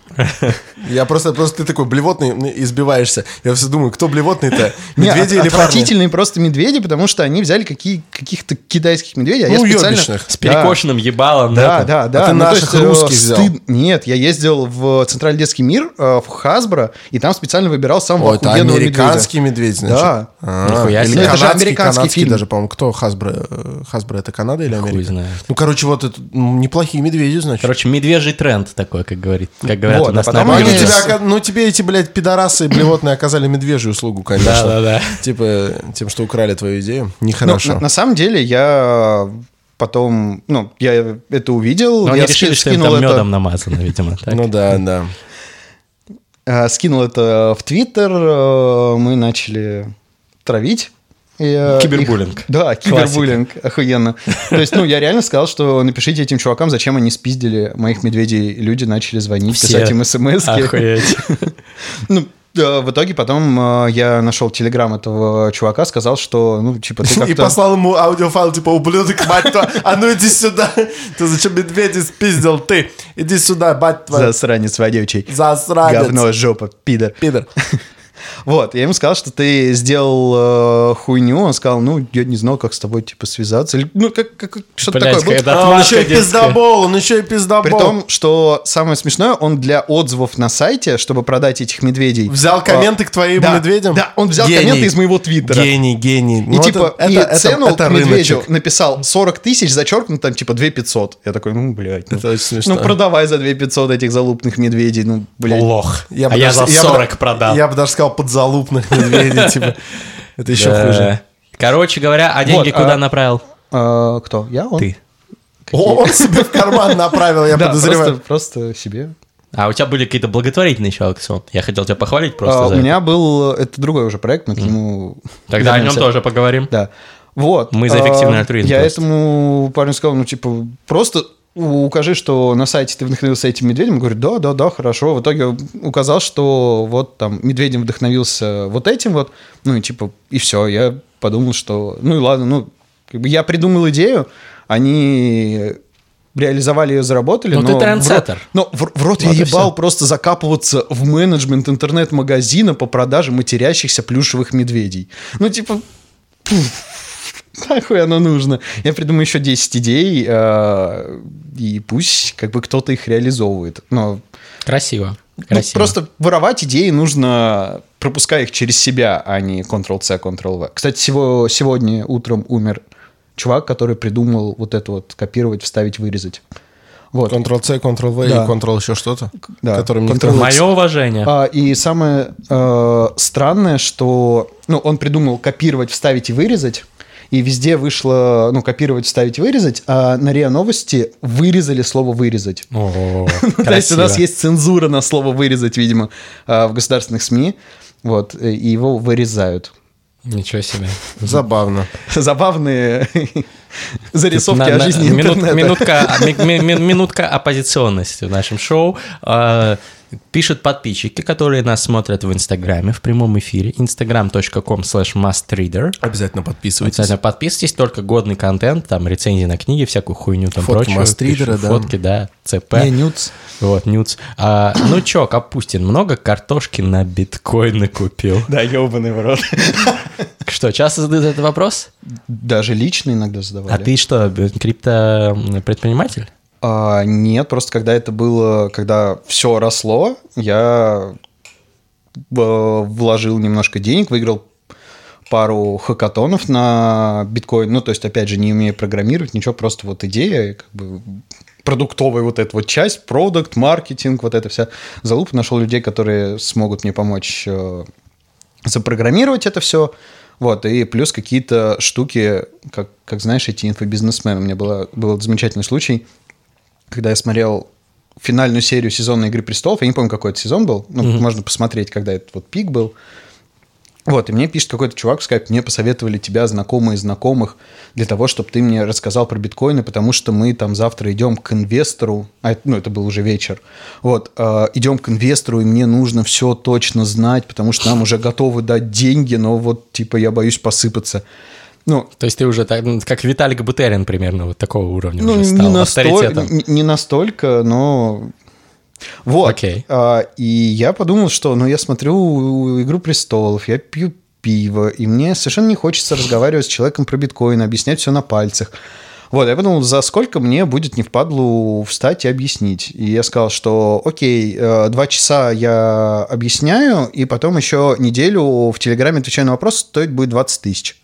[SPEAKER 2] Я просто, просто ты такой блевотный ну, избиваешься. Я все думаю, кто блевотный-то?
[SPEAKER 3] Не,
[SPEAKER 2] Медведи
[SPEAKER 3] от-
[SPEAKER 2] или парни?
[SPEAKER 3] отвратительные просто медведи, потому что они взяли какие, каких-то китайских медведей, а я
[SPEAKER 2] Ну,
[SPEAKER 3] специально...
[SPEAKER 2] уёбищных.
[SPEAKER 1] С перекошенным ебалом.
[SPEAKER 3] Да,
[SPEAKER 1] это.
[SPEAKER 3] да, да.
[SPEAKER 2] А ты
[SPEAKER 3] Ну, то
[SPEAKER 2] наших
[SPEAKER 3] э,
[SPEAKER 2] русских взял?
[SPEAKER 3] Нет, я ездил в Центральный детский мир, э, в Хасбро, и там специально выбирал самого
[SPEAKER 2] О, это
[SPEAKER 3] охуенного
[SPEAKER 2] американский медведь, значит.
[SPEAKER 3] Да.
[SPEAKER 2] А,
[SPEAKER 1] Нихуя
[SPEAKER 2] или
[SPEAKER 1] себе. Ну,
[SPEAKER 3] это же
[SPEAKER 2] канадский,
[SPEAKER 3] американский
[SPEAKER 2] канадский
[SPEAKER 3] фильм.
[SPEAKER 2] даже, по-моему, кто Хасбро? э, Хасбро это Канада или Америка?
[SPEAKER 1] знает.
[SPEAKER 2] Ну, короче, вот это м, неплохие медведи, значит.
[SPEAKER 1] Короче, медвежий тренд такой, как, говорит, как говорят
[SPEAKER 3] Вот,
[SPEAKER 1] у нас
[SPEAKER 3] а
[SPEAKER 1] на
[SPEAKER 3] потом
[SPEAKER 2] ну,
[SPEAKER 3] они-
[SPEAKER 1] Бали.
[SPEAKER 2] тебе, ока- ну, тебе эти, блядь, пидорасы и блевотные оказали медвежью услугу, конечно.
[SPEAKER 1] Да, да, да.
[SPEAKER 2] Типа тем, что украли твою идею.
[SPEAKER 3] Ну,
[SPEAKER 2] Нехорошо.
[SPEAKER 3] на, на самом деле я потом, ну, я это увидел,
[SPEAKER 1] Но
[SPEAKER 3] я
[SPEAKER 1] они
[SPEAKER 3] ски-
[SPEAKER 1] решили, что им
[SPEAKER 3] скинул
[SPEAKER 1] там
[SPEAKER 3] это-
[SPEAKER 1] медом намазано,
[SPEAKER 3] (laughs)
[SPEAKER 1] видимо. так.
[SPEAKER 2] Ну да, (laughs) да.
[SPEAKER 3] А, скинул это в Твиттер, э, мы начали травить. И, э,
[SPEAKER 1] Кибербуллинг.
[SPEAKER 3] их- да, кибербуллинг, охуенно. То есть, ну, я реально сказал, что напишите этим чувакам, зачем они спиздили моих медведей. Люди начали звонить,
[SPEAKER 1] Все.
[SPEAKER 3] писать им смс. (laughs)
[SPEAKER 1] Охуеть.
[SPEAKER 3] Ну, э, в итоге потом э, я нашел телеграм этого чувака, сказал, что, ну,
[SPEAKER 1] (laughs)
[SPEAKER 3] типа, ты
[SPEAKER 2] И
[SPEAKER 3] как-то...
[SPEAKER 2] послал ему аудиофайл, типа, ублюдок, мать твоя, а ну иди сюда. (laughs) Ты зачем медведя спиздил, ты? Иди сюда, бать твоя,
[SPEAKER 3] Засранец водючий.
[SPEAKER 2] засранец.
[SPEAKER 3] Говно, жопа, пидор.
[SPEAKER 2] Пидор.
[SPEAKER 3] Вот, я ему сказал, что ты сделал э, хуйню. Он сказал, ну, я не знал, как с тобой, типа, связаться. Или, ну, как, как- как- что-то
[SPEAKER 1] Блядь,
[SPEAKER 3] такое. было.
[SPEAKER 1] когда-
[SPEAKER 2] А он
[SPEAKER 1] Отмазка
[SPEAKER 2] еще и
[SPEAKER 1] детская.
[SPEAKER 2] пиздобол, он еще и пиздобол.
[SPEAKER 3] При том, что самое смешное, он для отзывов на сайте, чтобы продать этих медведей... а,
[SPEAKER 2] Взял комменты к твоим
[SPEAKER 3] да,
[SPEAKER 2] медведям?
[SPEAKER 3] Да, он взял
[SPEAKER 2] Гений.
[SPEAKER 3] комменты из моего твиттера.
[SPEAKER 2] Гений, гений.
[SPEAKER 3] И
[SPEAKER 1] Ну,
[SPEAKER 3] типа, и цену к медведю написал 40 тысяч, зачеркнут там типа 2 500. Я такой, ну, блядь. ну,
[SPEAKER 2] Это очень смешно.
[SPEAKER 3] Ну, продавай за 2 500 этих залупных медведей, ну, блядь.
[SPEAKER 1] Лох.
[SPEAKER 2] Я бы
[SPEAKER 1] а я
[SPEAKER 2] даже-
[SPEAKER 1] за
[SPEAKER 2] бы-
[SPEAKER 1] 40 продал.
[SPEAKER 2] Я бы даже сказал
[SPEAKER 3] (laughs)
[SPEAKER 2] подзалупных медведей, типа. Это еще
[SPEAKER 1] Да.
[SPEAKER 2] хуже.
[SPEAKER 1] Короче говоря, а деньги
[SPEAKER 3] Вот, а-
[SPEAKER 1] куда направил?
[SPEAKER 3] А, кто? Я? Он?
[SPEAKER 1] Ты.
[SPEAKER 2] О, он себе в карман направил, я
[SPEAKER 3] Да,
[SPEAKER 2] подозреваю.
[SPEAKER 3] Просто, просто себе.
[SPEAKER 1] А у тебя были какие-то благотворительные еще аукционы? Я хотел тебя похвалить просто
[SPEAKER 3] А,
[SPEAKER 1] за
[SPEAKER 3] у меня
[SPEAKER 1] это.
[SPEAKER 3] был... Это другой уже проект, мы к нему...
[SPEAKER 1] Тогда о нем
[SPEAKER 3] вернемся.
[SPEAKER 1] тоже поговорим.
[SPEAKER 3] Да. Вот.
[SPEAKER 1] Мы за эффективный
[SPEAKER 3] А,
[SPEAKER 1] альтруизм
[SPEAKER 3] Я
[SPEAKER 1] просто.
[SPEAKER 3] этому парню сказал, ну, типа, просто укажи, что на сайте ты вдохновился этим медведем. Он говорит, да, да, да, хорошо. В итоге указал, что вот там медведем вдохновился вот этим вот. Ну, и типа, и все. Я подумал, что, ну, и ладно, ну, как бы я придумал идею, они реализовали ее, заработали.
[SPEAKER 1] Ну,
[SPEAKER 3] но
[SPEAKER 1] ты
[SPEAKER 3] в рот-
[SPEAKER 1] трендсеттер.
[SPEAKER 3] Но в, в рот
[SPEAKER 1] Вот и
[SPEAKER 3] я ебал
[SPEAKER 1] всё.
[SPEAKER 3] просто закапываться в менеджмент интернет-магазина по продаже матерящихся плюшевых медведей. Ну, типа, Нахуй оно нужно? Я придумаю еще 10 идей, э, и пусть как бы кто-то их реализовывает. Но
[SPEAKER 1] Красиво.
[SPEAKER 3] ну,
[SPEAKER 1] Красиво.
[SPEAKER 3] просто воровать идеи нужно, пропуская их через себя, а не Ctrl-C, Ctrl-V. Кстати, сего- сегодня утром умер чувак, который придумал вот это вот копировать, вставить, вырезать. Вот.
[SPEAKER 2] Ctrl-C, Ctrl-V
[SPEAKER 3] Да.
[SPEAKER 2] и Ctrl еще что-то,
[SPEAKER 3] Да.
[SPEAKER 2] которым никто-
[SPEAKER 3] Ctrl-C.
[SPEAKER 1] Мое уважение.
[SPEAKER 3] А, и самое э, странное, что ну, он придумал копировать, вставить и вырезать. И везде вышло, ну, копировать, вставить, вырезать, а на РИА Новости вырезали слово «вырезать».
[SPEAKER 1] О,
[SPEAKER 3] (laughs) То есть у нас
[SPEAKER 1] красиво.
[SPEAKER 3] есть цензура на слово «вырезать», видимо, а, в государственных СМИ, вот, э, и его вырезают. (laughs)
[SPEAKER 1] Ничего себе.
[SPEAKER 2] Забавно.
[SPEAKER 3] Забавные (laughs) зарисовки
[SPEAKER 1] На-
[SPEAKER 3] о
[SPEAKER 1] на-
[SPEAKER 3] жизни
[SPEAKER 1] минут-
[SPEAKER 3] интернета. (laughs)
[SPEAKER 1] минутка, ми- ми- ми- минутка оппозиционности в нашем шоу. Э, Пишут подписчики, которые нас смотрят в Инстаграме в прямом эфире. instagram.com slash mustreader.
[SPEAKER 2] Обязательно подписывайтесь.
[SPEAKER 1] Обязательно подписывайтесь, только годный контент, там рецензии на книги, всякую хуйню, там
[SPEAKER 2] Фотки
[SPEAKER 1] прочее.
[SPEAKER 2] мастридера,
[SPEAKER 1] Пишут
[SPEAKER 2] да.
[SPEAKER 1] Фотки, да, ЦП.
[SPEAKER 3] Не, нюц.
[SPEAKER 1] Вот, нюц. А, ну чё, Капустин, много картошки на биткоины купил?
[SPEAKER 3] Да, ебаный в рот.
[SPEAKER 1] Что, часто задают этот вопрос?
[SPEAKER 3] Даже лично иногда задавали.
[SPEAKER 1] А ты что, б- криптопредприниматель?
[SPEAKER 3] А, нет, просто когда это было, когда все росло, я вложил немножко денег, выиграл пару хакатонов на биткоин. Ну, то есть, опять же, не умея программировать, ничего, просто вот идея, как бы продуктовая вот эта вот часть, продукт, маркетинг, вот эта вся залупа. Нашел людей, которые смогут мне помочь э, запрограммировать это все. Вот, и плюс какие-то штуки, как, как знаешь, эти инфобизнесмены. У меня была, был замечательный случай, когда я смотрел финальную серию сезона «Игры престолов», я не помню, какой это сезон был, ну,
[SPEAKER 1] Мгм.
[SPEAKER 3] можно посмотреть, когда этот вот пик был. Вот, и мне пишет какой-то чувак в скайпе, мне посоветовали тебя, знакомые знакомых, для того, чтобы ты мне рассказал про биткоины, потому что мы там завтра идем к инвестору, а, это- ну, это был уже вечер, вот, э, идем к инвестору, и мне нужно все точно знать, потому что нам уже готовы дать деньги, но вот, типа, я боюсь посыпаться. Ну,
[SPEAKER 1] То есть ты уже так, ну, как Виталик Бутерин примерно вот такого уровня
[SPEAKER 3] ну,
[SPEAKER 1] уже
[SPEAKER 3] не,
[SPEAKER 1] стал
[SPEAKER 3] настоль-
[SPEAKER 1] авторитетом.
[SPEAKER 3] н- не настолько, но... Вот.
[SPEAKER 1] Окей.
[SPEAKER 3] А, и я подумал, что ну, я смотрю «Игру престолов», я пью пиво, и мне совершенно не хочется разговаривать с человеком про биткоин, объяснять все на пальцах. Вот, я подумал, за сколько мне будет не впадлу встать и объяснить. И я сказал, что окей, э, два часа я объясняю, и потом еще неделю в Телеграме отвечаю на вопрос, стоить будет 20 тысяч.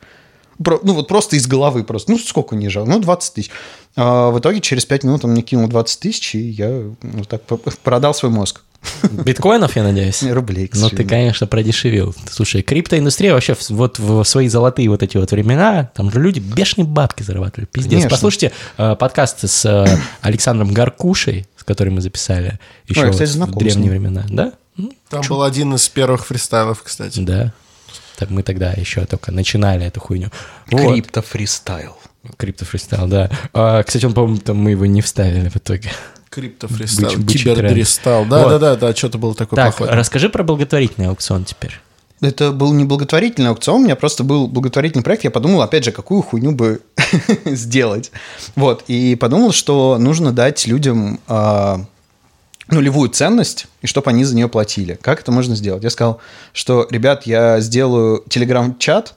[SPEAKER 3] Про- ну вот просто из головы просто. Ну, сколько ниже? Ну, 20 тысяч. А в итоге через 5 минут он мне кинул 20 тысяч, и я вот так по- продал свой мозг.
[SPEAKER 1] Биткоинов, я надеюсь?
[SPEAKER 3] Не, Рублей, к
[SPEAKER 1] Ну, ты,
[SPEAKER 3] сожалению.
[SPEAKER 1] конечно, продешевил. Слушай, криптоиндустрия вообще в- вот в свои золотые вот эти вот времена, там же люди бешеные бабки зарабатывали. Пиздец.
[SPEAKER 3] Конечно.
[SPEAKER 1] Послушайте э, подкасты с э, Александром Гаркушей, с которым мы записали еще
[SPEAKER 3] я,
[SPEAKER 1] вот
[SPEAKER 3] кстати,
[SPEAKER 1] в
[SPEAKER 3] знаком с
[SPEAKER 1] древние
[SPEAKER 3] ним.
[SPEAKER 1] времена. Да? М,
[SPEAKER 2] Там был один из первых фристайлов, кстати.
[SPEAKER 1] Да. Так мы тогда еще только начинали эту хуйню. Вот.
[SPEAKER 3] Крипто-фристайл.
[SPEAKER 1] Криптофристайл, да. А, кстати, он, по-моему, там мы его не вставили в итоге.
[SPEAKER 2] Криптофристайл,
[SPEAKER 1] Быч- бычий
[SPEAKER 2] кибердристайл.
[SPEAKER 1] тренд.
[SPEAKER 2] Да,
[SPEAKER 1] Вот.
[SPEAKER 2] да, да, да, что-то было такое
[SPEAKER 1] Так,
[SPEAKER 2] похоже.
[SPEAKER 1] расскажи про благотворительный аукцион теперь.
[SPEAKER 3] Это был не благотворительный аукцион, у меня просто был благотворительный проект. Я подумал, опять же, какую хуйню бы (laughs) сделать. Вот, и подумал, что нужно дать людям а, нулевую ценность, и чтобы они за нее платили. Как это можно сделать? Я сказал, что, ребят, я сделаю телеграм-чат,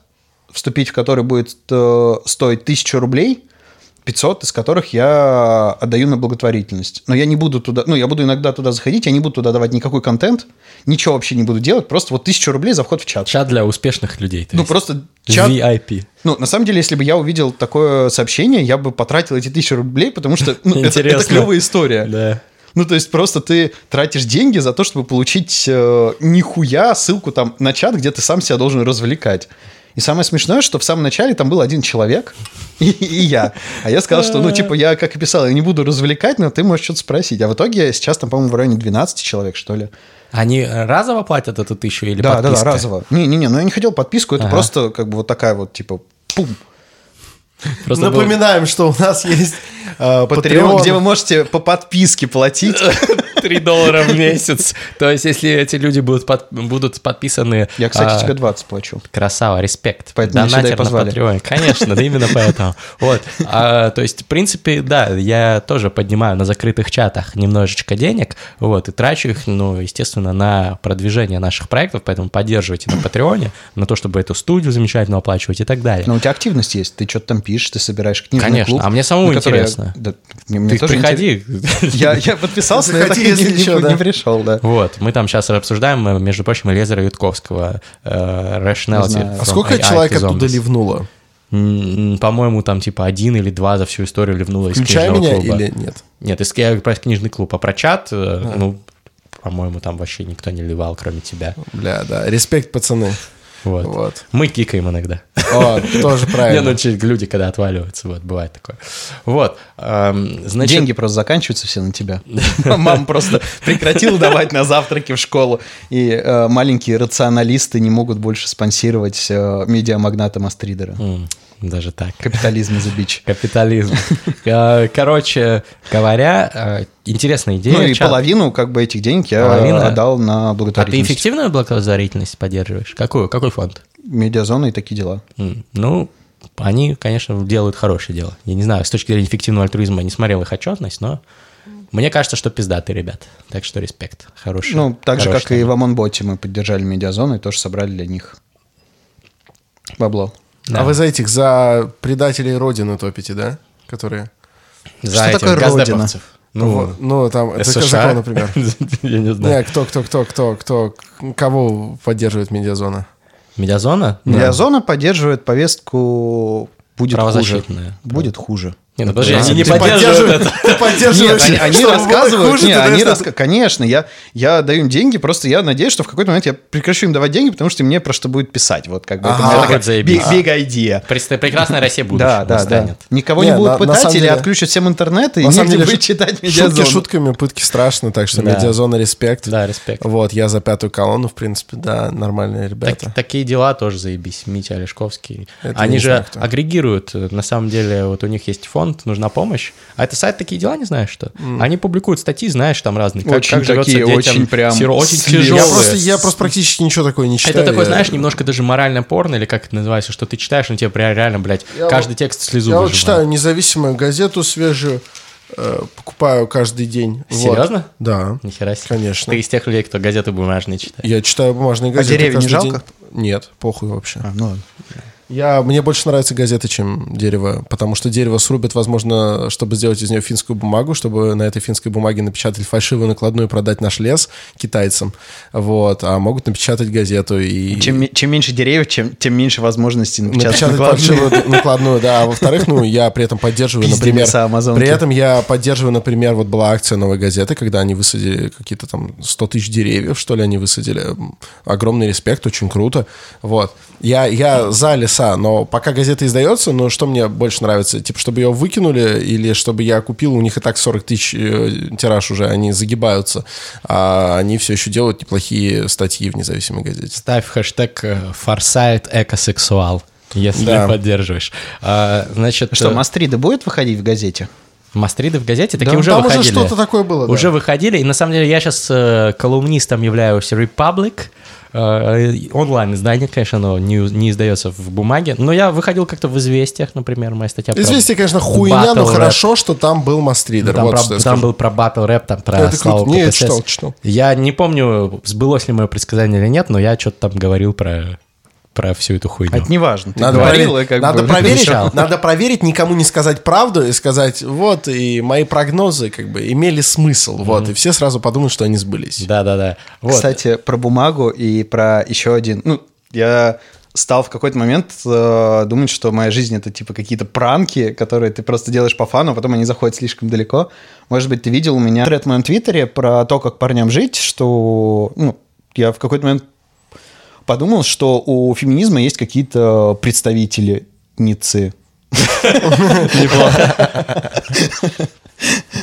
[SPEAKER 3] вступить в который будет э, стоить 1000 рублей, 500 из которых я отдаю на благотворительность. Но я не буду туда, ну, я буду иногда туда заходить, я не буду туда давать никакой контент, ничего вообще не буду делать, просто вот 1000 рублей за вход в чат.
[SPEAKER 1] Чат для успешных людей. то
[SPEAKER 3] Ну,
[SPEAKER 1] есть.
[SPEAKER 3] просто чат...
[SPEAKER 1] VIP.
[SPEAKER 3] Ну, на самом деле, если бы я увидел такое сообщение, я бы потратил эти 1000 рублей, потому что ну, это, это
[SPEAKER 1] Интересно.
[SPEAKER 3] клевая история.
[SPEAKER 1] Да.
[SPEAKER 3] Ну, то есть просто ты тратишь деньги за то, чтобы получить э, нихуя ссылку там на чат, где ты сам себя должен развлекать. И самое смешное, что в самом начале там был один человек (laughs) и, и я. А я сказал, что, ну, типа, я, как и писал, я не буду развлекать, но ты можешь что-то спросить. А в итоге сейчас там, по-моему, в районе 12 человек, что ли.
[SPEAKER 1] Они разово платят эту тысячу или
[SPEAKER 3] да, да,
[SPEAKER 1] подписка?
[SPEAKER 3] да, разово. Не-не-не, ну я не хотел подписку, это
[SPEAKER 1] Ага.
[SPEAKER 3] просто как бы вот такая вот, типа, пум. Ну,
[SPEAKER 1] Просто было-
[SPEAKER 2] Напоминаем, что у нас есть э,
[SPEAKER 1] А,
[SPEAKER 3] Патреон,
[SPEAKER 2] Patreon.
[SPEAKER 3] где вы можете по подписке платить.
[SPEAKER 1] (laughs) 3 доллара в месяц. То есть, если эти люди будут, под- будут подписаны...
[SPEAKER 3] Я, кстати,
[SPEAKER 1] а,
[SPEAKER 3] тебе 20 плачу.
[SPEAKER 1] Красава, респект.
[SPEAKER 3] Поэтому меня сюда и
[SPEAKER 1] Донатер на
[SPEAKER 3] позвали.
[SPEAKER 1] Патреоне. Конечно, да именно поэтому. Вот. А, то есть, в принципе, да, я тоже поднимаю на закрытых чатах немножечко денег, вот, и трачу их, ну, естественно, на продвижение наших проектов, поэтому поддерживайте на Патреоне, на то, чтобы эту студию замечательно оплачивать и так далее.
[SPEAKER 3] Но у тебя активность есть, ты что-то там пишешь, ты собираешь книжный
[SPEAKER 1] Конечно,
[SPEAKER 3] клуб,
[SPEAKER 1] а мне самому
[SPEAKER 3] на который я-
[SPEAKER 1] интересно.
[SPEAKER 3] Да, мне, мне
[SPEAKER 1] Ты
[SPEAKER 3] тоже
[SPEAKER 1] приходи.
[SPEAKER 3] интерес- Я, я подписался, но я так и
[SPEAKER 2] Заходи,
[SPEAKER 3] не,
[SPEAKER 2] если
[SPEAKER 3] не-
[SPEAKER 2] чё, да.
[SPEAKER 3] не пришел, да.
[SPEAKER 1] Вот, мы там сейчас обсуждаем, э, между прочим, Лезера Ютковского, э, Rationality
[SPEAKER 3] знаю.
[SPEAKER 1] from
[SPEAKER 2] А сколько
[SPEAKER 1] AI to
[SPEAKER 2] человек оттуда
[SPEAKER 1] Zombies.
[SPEAKER 2] ливнуло?
[SPEAKER 1] М, По-моему, там типа один или два за всю историю ливнуло из
[SPEAKER 2] Включай
[SPEAKER 1] книжного
[SPEAKER 2] меня
[SPEAKER 1] клуба.
[SPEAKER 2] или нет?
[SPEAKER 1] Нет, из, я говорю про книжный клуб, а про чат, э, ну, по-моему, там вообще никто не ливал, кроме тебя.
[SPEAKER 2] Бля, да, респект, пацаны.
[SPEAKER 1] Вот.
[SPEAKER 2] Вот.
[SPEAKER 1] Мы кикаем иногда. (laughs)
[SPEAKER 2] О, тоже
[SPEAKER 1] Не, ну,
[SPEAKER 2] правильно.
[SPEAKER 1] че- люди, когда отваливаются, вот, бывает такое. Вот, эм, значит...
[SPEAKER 3] Деньги просто заканчиваются все на тебя. (laughs) Мама просто прекратила давать на завтраки в школу, и э, маленькие рационалисты не могут больше спонсировать э, медиамагната Мастридера.
[SPEAKER 1] М, Даже так.
[SPEAKER 3] Капитализм за бич.
[SPEAKER 1] Капитализм. Э, Короче говоря, э, интересная идея.
[SPEAKER 3] Ну и
[SPEAKER 1] чат.
[SPEAKER 3] половину как бы этих денег я
[SPEAKER 1] Половина?
[SPEAKER 3] отдал на
[SPEAKER 1] А ты
[SPEAKER 3] благотворительность.
[SPEAKER 1] эффективную благотворительность поддерживаешь? Какую? Какой фонд?
[SPEAKER 3] Медиазона и такие дела.
[SPEAKER 1] М, Ну, они, конечно, делают хорошее дело. Я не знаю, с точки зрения эффективного альтруизма я не смотрел их отчетность, но мне кажется, что пиздатые ребят. Так что респект. Хороший.
[SPEAKER 3] Ну, так же,
[SPEAKER 1] хороший
[SPEAKER 3] как и
[SPEAKER 1] тайм.
[SPEAKER 3] в Амонботе мы поддержали медиазону и тоже собрали для них бабло.
[SPEAKER 2] А вы за этих, за предателей Родины топите, да? Которые...
[SPEAKER 1] За
[SPEAKER 3] Что
[SPEAKER 1] этих
[SPEAKER 3] такое Родина?
[SPEAKER 1] газдеповцев.
[SPEAKER 2] Ну, вот, ну там, это
[SPEAKER 1] США?
[SPEAKER 2] Казаков, например.
[SPEAKER 1] (laughs) Я не знаю.
[SPEAKER 2] Не, кто, кто, кто, кто, кто, кого поддерживает медиазона?
[SPEAKER 1] Медиазона?
[SPEAKER 3] Медиазона поддерживает повестку будет хуже.
[SPEAKER 1] Правозащитная.
[SPEAKER 3] Будет хуже.
[SPEAKER 1] Не, ну подожди, они не
[SPEAKER 2] Ты
[SPEAKER 1] поддерживают это.
[SPEAKER 2] Ты
[SPEAKER 3] Нет,
[SPEAKER 2] поддерживаешь.
[SPEAKER 3] они, они
[SPEAKER 2] (laughs) чтобы было
[SPEAKER 3] рассказывают,
[SPEAKER 2] хуже,
[SPEAKER 3] не,
[SPEAKER 2] ты
[SPEAKER 3] они
[SPEAKER 2] даешь
[SPEAKER 3] раска- конечно, я, я даю им деньги, просто я надеюсь, что в какой-то момент я прекращу им давать деньги, потому что мне про что будет писать, вот как бы это
[SPEAKER 2] Ага.
[SPEAKER 3] у меня
[SPEAKER 1] Вот
[SPEAKER 3] такая
[SPEAKER 1] заебись.
[SPEAKER 3] big- big idea.
[SPEAKER 1] Пресс- Прекрасная Россия будущего
[SPEAKER 3] Да, да, да.
[SPEAKER 1] станет.
[SPEAKER 3] Никого
[SPEAKER 2] Не,
[SPEAKER 3] не будут
[SPEAKER 2] на- на
[SPEAKER 3] пытать
[SPEAKER 2] самом
[SPEAKER 3] или
[SPEAKER 2] деле-
[SPEAKER 3] отключат всем интернет, и
[SPEAKER 2] На самом
[SPEAKER 3] негде
[SPEAKER 2] деле
[SPEAKER 3] будет
[SPEAKER 2] ш-
[SPEAKER 3] читать
[SPEAKER 2] Шутки
[SPEAKER 3] медиазону.
[SPEAKER 2] шутками, пытки страшно, так что
[SPEAKER 1] Да.
[SPEAKER 2] медиазона респект.
[SPEAKER 1] Да, респект.
[SPEAKER 2] Вот, я за пятую колонну, в принципе, да, нормальные
[SPEAKER 1] Так-
[SPEAKER 2] ребята.
[SPEAKER 1] такие дела тоже заебись, Митя Олешковский.
[SPEAKER 2] Это
[SPEAKER 1] Они
[SPEAKER 2] не
[SPEAKER 1] же
[SPEAKER 2] знаю, кто.
[SPEAKER 1] агрегируют, э, на самом деле, вот у них есть фонд, нужна помощь, а это сайт «Такие дела» не знаешь что. Они публикуют статьи, знаешь, там разные, как,
[SPEAKER 3] Очень
[SPEAKER 1] как живется
[SPEAKER 3] такие,
[SPEAKER 1] детям
[SPEAKER 3] очень прям
[SPEAKER 1] сиро- очень
[SPEAKER 3] слез.
[SPEAKER 1] тяжелые.
[SPEAKER 2] Я просто, я просто практически ничего такого не читаю.
[SPEAKER 1] Это такой,
[SPEAKER 2] я-
[SPEAKER 1] знаешь, немножко даже моральное порно, или как это называется, что ты читаешь, но тебе прям реально, блядь,
[SPEAKER 2] Я
[SPEAKER 1] каждый
[SPEAKER 2] вот-
[SPEAKER 1] текст слезу
[SPEAKER 2] Я вот
[SPEAKER 1] выжимает.
[SPEAKER 2] читаю независимую газету свежую, э, покупаю каждый день. Вот.
[SPEAKER 1] Серьезно?
[SPEAKER 2] Да.
[SPEAKER 1] Нихера себе.
[SPEAKER 2] Конечно.
[SPEAKER 1] Ты из тех людей, кто газеты бумажные читает.
[SPEAKER 2] Я читаю бумажные газеты.
[SPEAKER 3] деревья не
[SPEAKER 2] каждый день.
[SPEAKER 3] жалко?
[SPEAKER 2] Нет, похуй вообще.
[SPEAKER 3] А, ну ладно.
[SPEAKER 2] Я, мне больше нравятся газеты, чем дерево, потому что дерево срубят, возможно, чтобы сделать из нее финскую бумагу, чтобы на этой финской бумаге напечатать фальшивую накладную и продать наш лес китайцам. Вот, а могут напечатать газету и...
[SPEAKER 3] Чем, ми- чем меньше деревьев, чем, тем меньше возможностей напечатать
[SPEAKER 2] Напечатать
[SPEAKER 3] накладные.
[SPEAKER 2] фальшивую накладную, да. А во-вторых, ну, я при этом поддерживаю,
[SPEAKER 3] Пиздили
[SPEAKER 2] например...
[SPEAKER 3] с а, Амазонки.
[SPEAKER 2] При этом я поддерживаю, например, вот была акция «Новой газеты», когда они высадили какие-то там 100 тысяч деревьев, что ли, они высадили. М, Огромный респект, очень круто. Вот. Я, я за леса, но пока газета издается, ну, что мне больше нравится? Типа, чтобы ее выкинули или чтобы я купил, у них и так 40 тысяч э, тираж уже, они загибаются, а они все еще делают неплохие статьи в независимой газете.
[SPEAKER 1] Ставь хэштег э, «Форсайт экосексуал», если
[SPEAKER 2] Да.
[SPEAKER 1] поддерживаешь. А, значит,
[SPEAKER 3] Что,
[SPEAKER 1] э,
[SPEAKER 3] Мастрида будет выходить в газете?
[SPEAKER 1] Мастриды в газете, такие
[SPEAKER 2] Да,
[SPEAKER 1] уже
[SPEAKER 2] там уже
[SPEAKER 1] выходили.
[SPEAKER 2] что-то такое было, да.
[SPEAKER 1] Уже выходили, и на самом деле я сейчас колумнистом являюсь Republic, э, онлайн издание, конечно, оно не, у- не издается в бумаге, но я выходил как-то в «Известиях», например, моя статья. про
[SPEAKER 2] Известие, конечно, хуйня, но
[SPEAKER 1] Battle Rap.
[SPEAKER 2] хорошо, что там был
[SPEAKER 3] Ну,
[SPEAKER 2] мастридер.
[SPEAKER 1] Там,
[SPEAKER 2] вот
[SPEAKER 1] про-
[SPEAKER 2] что
[SPEAKER 1] там
[SPEAKER 2] я скажу.
[SPEAKER 1] был про батл рэп, там про
[SPEAKER 2] Это круто.
[SPEAKER 1] Славу
[SPEAKER 2] Не, я
[SPEAKER 1] КПСС.
[SPEAKER 2] читал, читал.
[SPEAKER 1] Я не помню, сбылось ли мое предсказание или нет, но я что-то там говорил про, про всю эту хуйню.
[SPEAKER 3] Это неважно. Ты
[SPEAKER 2] Ну, Надо,
[SPEAKER 3] говорила,
[SPEAKER 2] проверить,
[SPEAKER 3] как
[SPEAKER 2] надо
[SPEAKER 3] бы, (laughs)
[SPEAKER 2] проверить,
[SPEAKER 1] отвечал.
[SPEAKER 2] (laughs) надо проверить, никому не сказать правду и сказать, вот, и мои прогнозы как бы имели смысл, вот, и все сразу подумают, что они сбылись.
[SPEAKER 1] Да-да-да. Вот.
[SPEAKER 3] Кстати, про бумагу и про еще один. Ну, я стал в какой-то момент э, думать, что моя жизнь это типа какие-то пранки, которые ты просто делаешь по фану, а потом они заходят слишком далеко. Может быть, ты видел у меня тред в моем твиттере про то, как парням жить, что ну, я в какой-то момент подумал, что у феминизма есть какие-то представители ницы.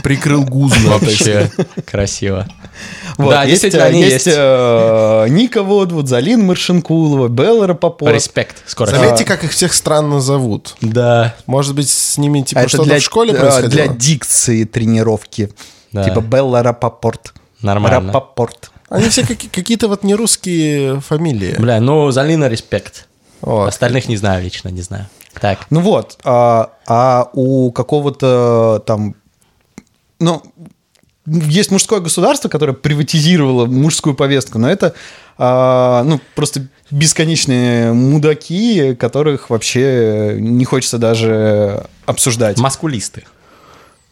[SPEAKER 2] Прикрыл гузу.
[SPEAKER 1] (laughs) Вообще красиво.
[SPEAKER 3] Вот,
[SPEAKER 1] да,
[SPEAKER 3] есть,
[SPEAKER 1] действительно, они
[SPEAKER 3] э,
[SPEAKER 1] есть.
[SPEAKER 3] есть, э, Ника Водвуд, Залин Маршинкулова, Беллара Попова.
[SPEAKER 1] Респект, скоро.
[SPEAKER 3] А
[SPEAKER 2] Заметьте, как их всех странно зовут.
[SPEAKER 1] Да.
[SPEAKER 2] Может быть, с ними типа
[SPEAKER 3] А это
[SPEAKER 2] что-то
[SPEAKER 3] для,
[SPEAKER 2] в школе
[SPEAKER 3] э,
[SPEAKER 2] происходило?
[SPEAKER 3] для дикции тренировки.
[SPEAKER 1] Да.
[SPEAKER 3] Типа Белла Рапопорт.
[SPEAKER 1] Нормально.
[SPEAKER 3] Рапопорт.
[SPEAKER 2] Они все каки- какие-то вот нерусские фамилии.
[SPEAKER 1] Бля, ну, Залина респект.
[SPEAKER 2] Вот.
[SPEAKER 1] Остальных не знаю лично, не знаю. Так,
[SPEAKER 3] Ну вот, а, а у какого-то э, там... Ну, есть мужское государство, которое приватизировало мужскую повестку, но это, а, ну, просто бесконечные мудаки, которых вообще не хочется даже обсуждать.
[SPEAKER 1] маскулисты,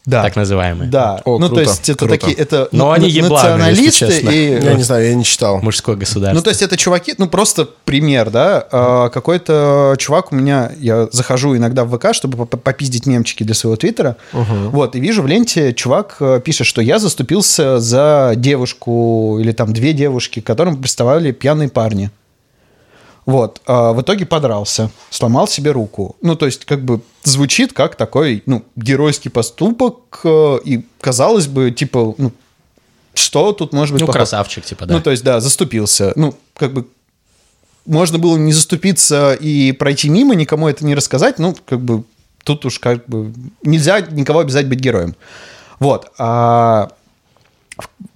[SPEAKER 3] да.
[SPEAKER 1] так называемые.
[SPEAKER 3] Да.
[SPEAKER 2] О,
[SPEAKER 3] ну,
[SPEAKER 2] круто,
[SPEAKER 3] то есть это
[SPEAKER 2] круто.
[SPEAKER 3] такие... Это
[SPEAKER 1] Но
[SPEAKER 3] на-
[SPEAKER 1] они
[SPEAKER 3] на-
[SPEAKER 1] ебланы, если
[SPEAKER 3] националисты
[SPEAKER 1] честно.
[SPEAKER 3] и...
[SPEAKER 2] Я не знаю, я не читал.
[SPEAKER 1] Мужское государство.
[SPEAKER 3] Ну, то есть это чуваки, ну, просто пример, да, А, какой-то чувак у меня, я захожу иногда в ВК, чтобы поп- попиздить мемчики для своего твиттера, вот, и вижу в ленте, чувак э, пишет, что я заступился за девушку или там две девушки, к которым приставали пьяные парни. Вот, а, в итоге подрался, сломал себе руку. Ну, то есть, как бы звучит как такой, ну, геройский поступок, э, и, казалось бы, типа, ну, что тут может быть
[SPEAKER 1] Ну,
[SPEAKER 3] плохого?
[SPEAKER 1] красавчик, типа, да.
[SPEAKER 3] Ну, то есть, да, заступился. Ну, как бы можно было не заступиться и пройти мимо, никому это не рассказать. Ну, как бы тут уж как бы нельзя никого обязать быть героем. Вот. А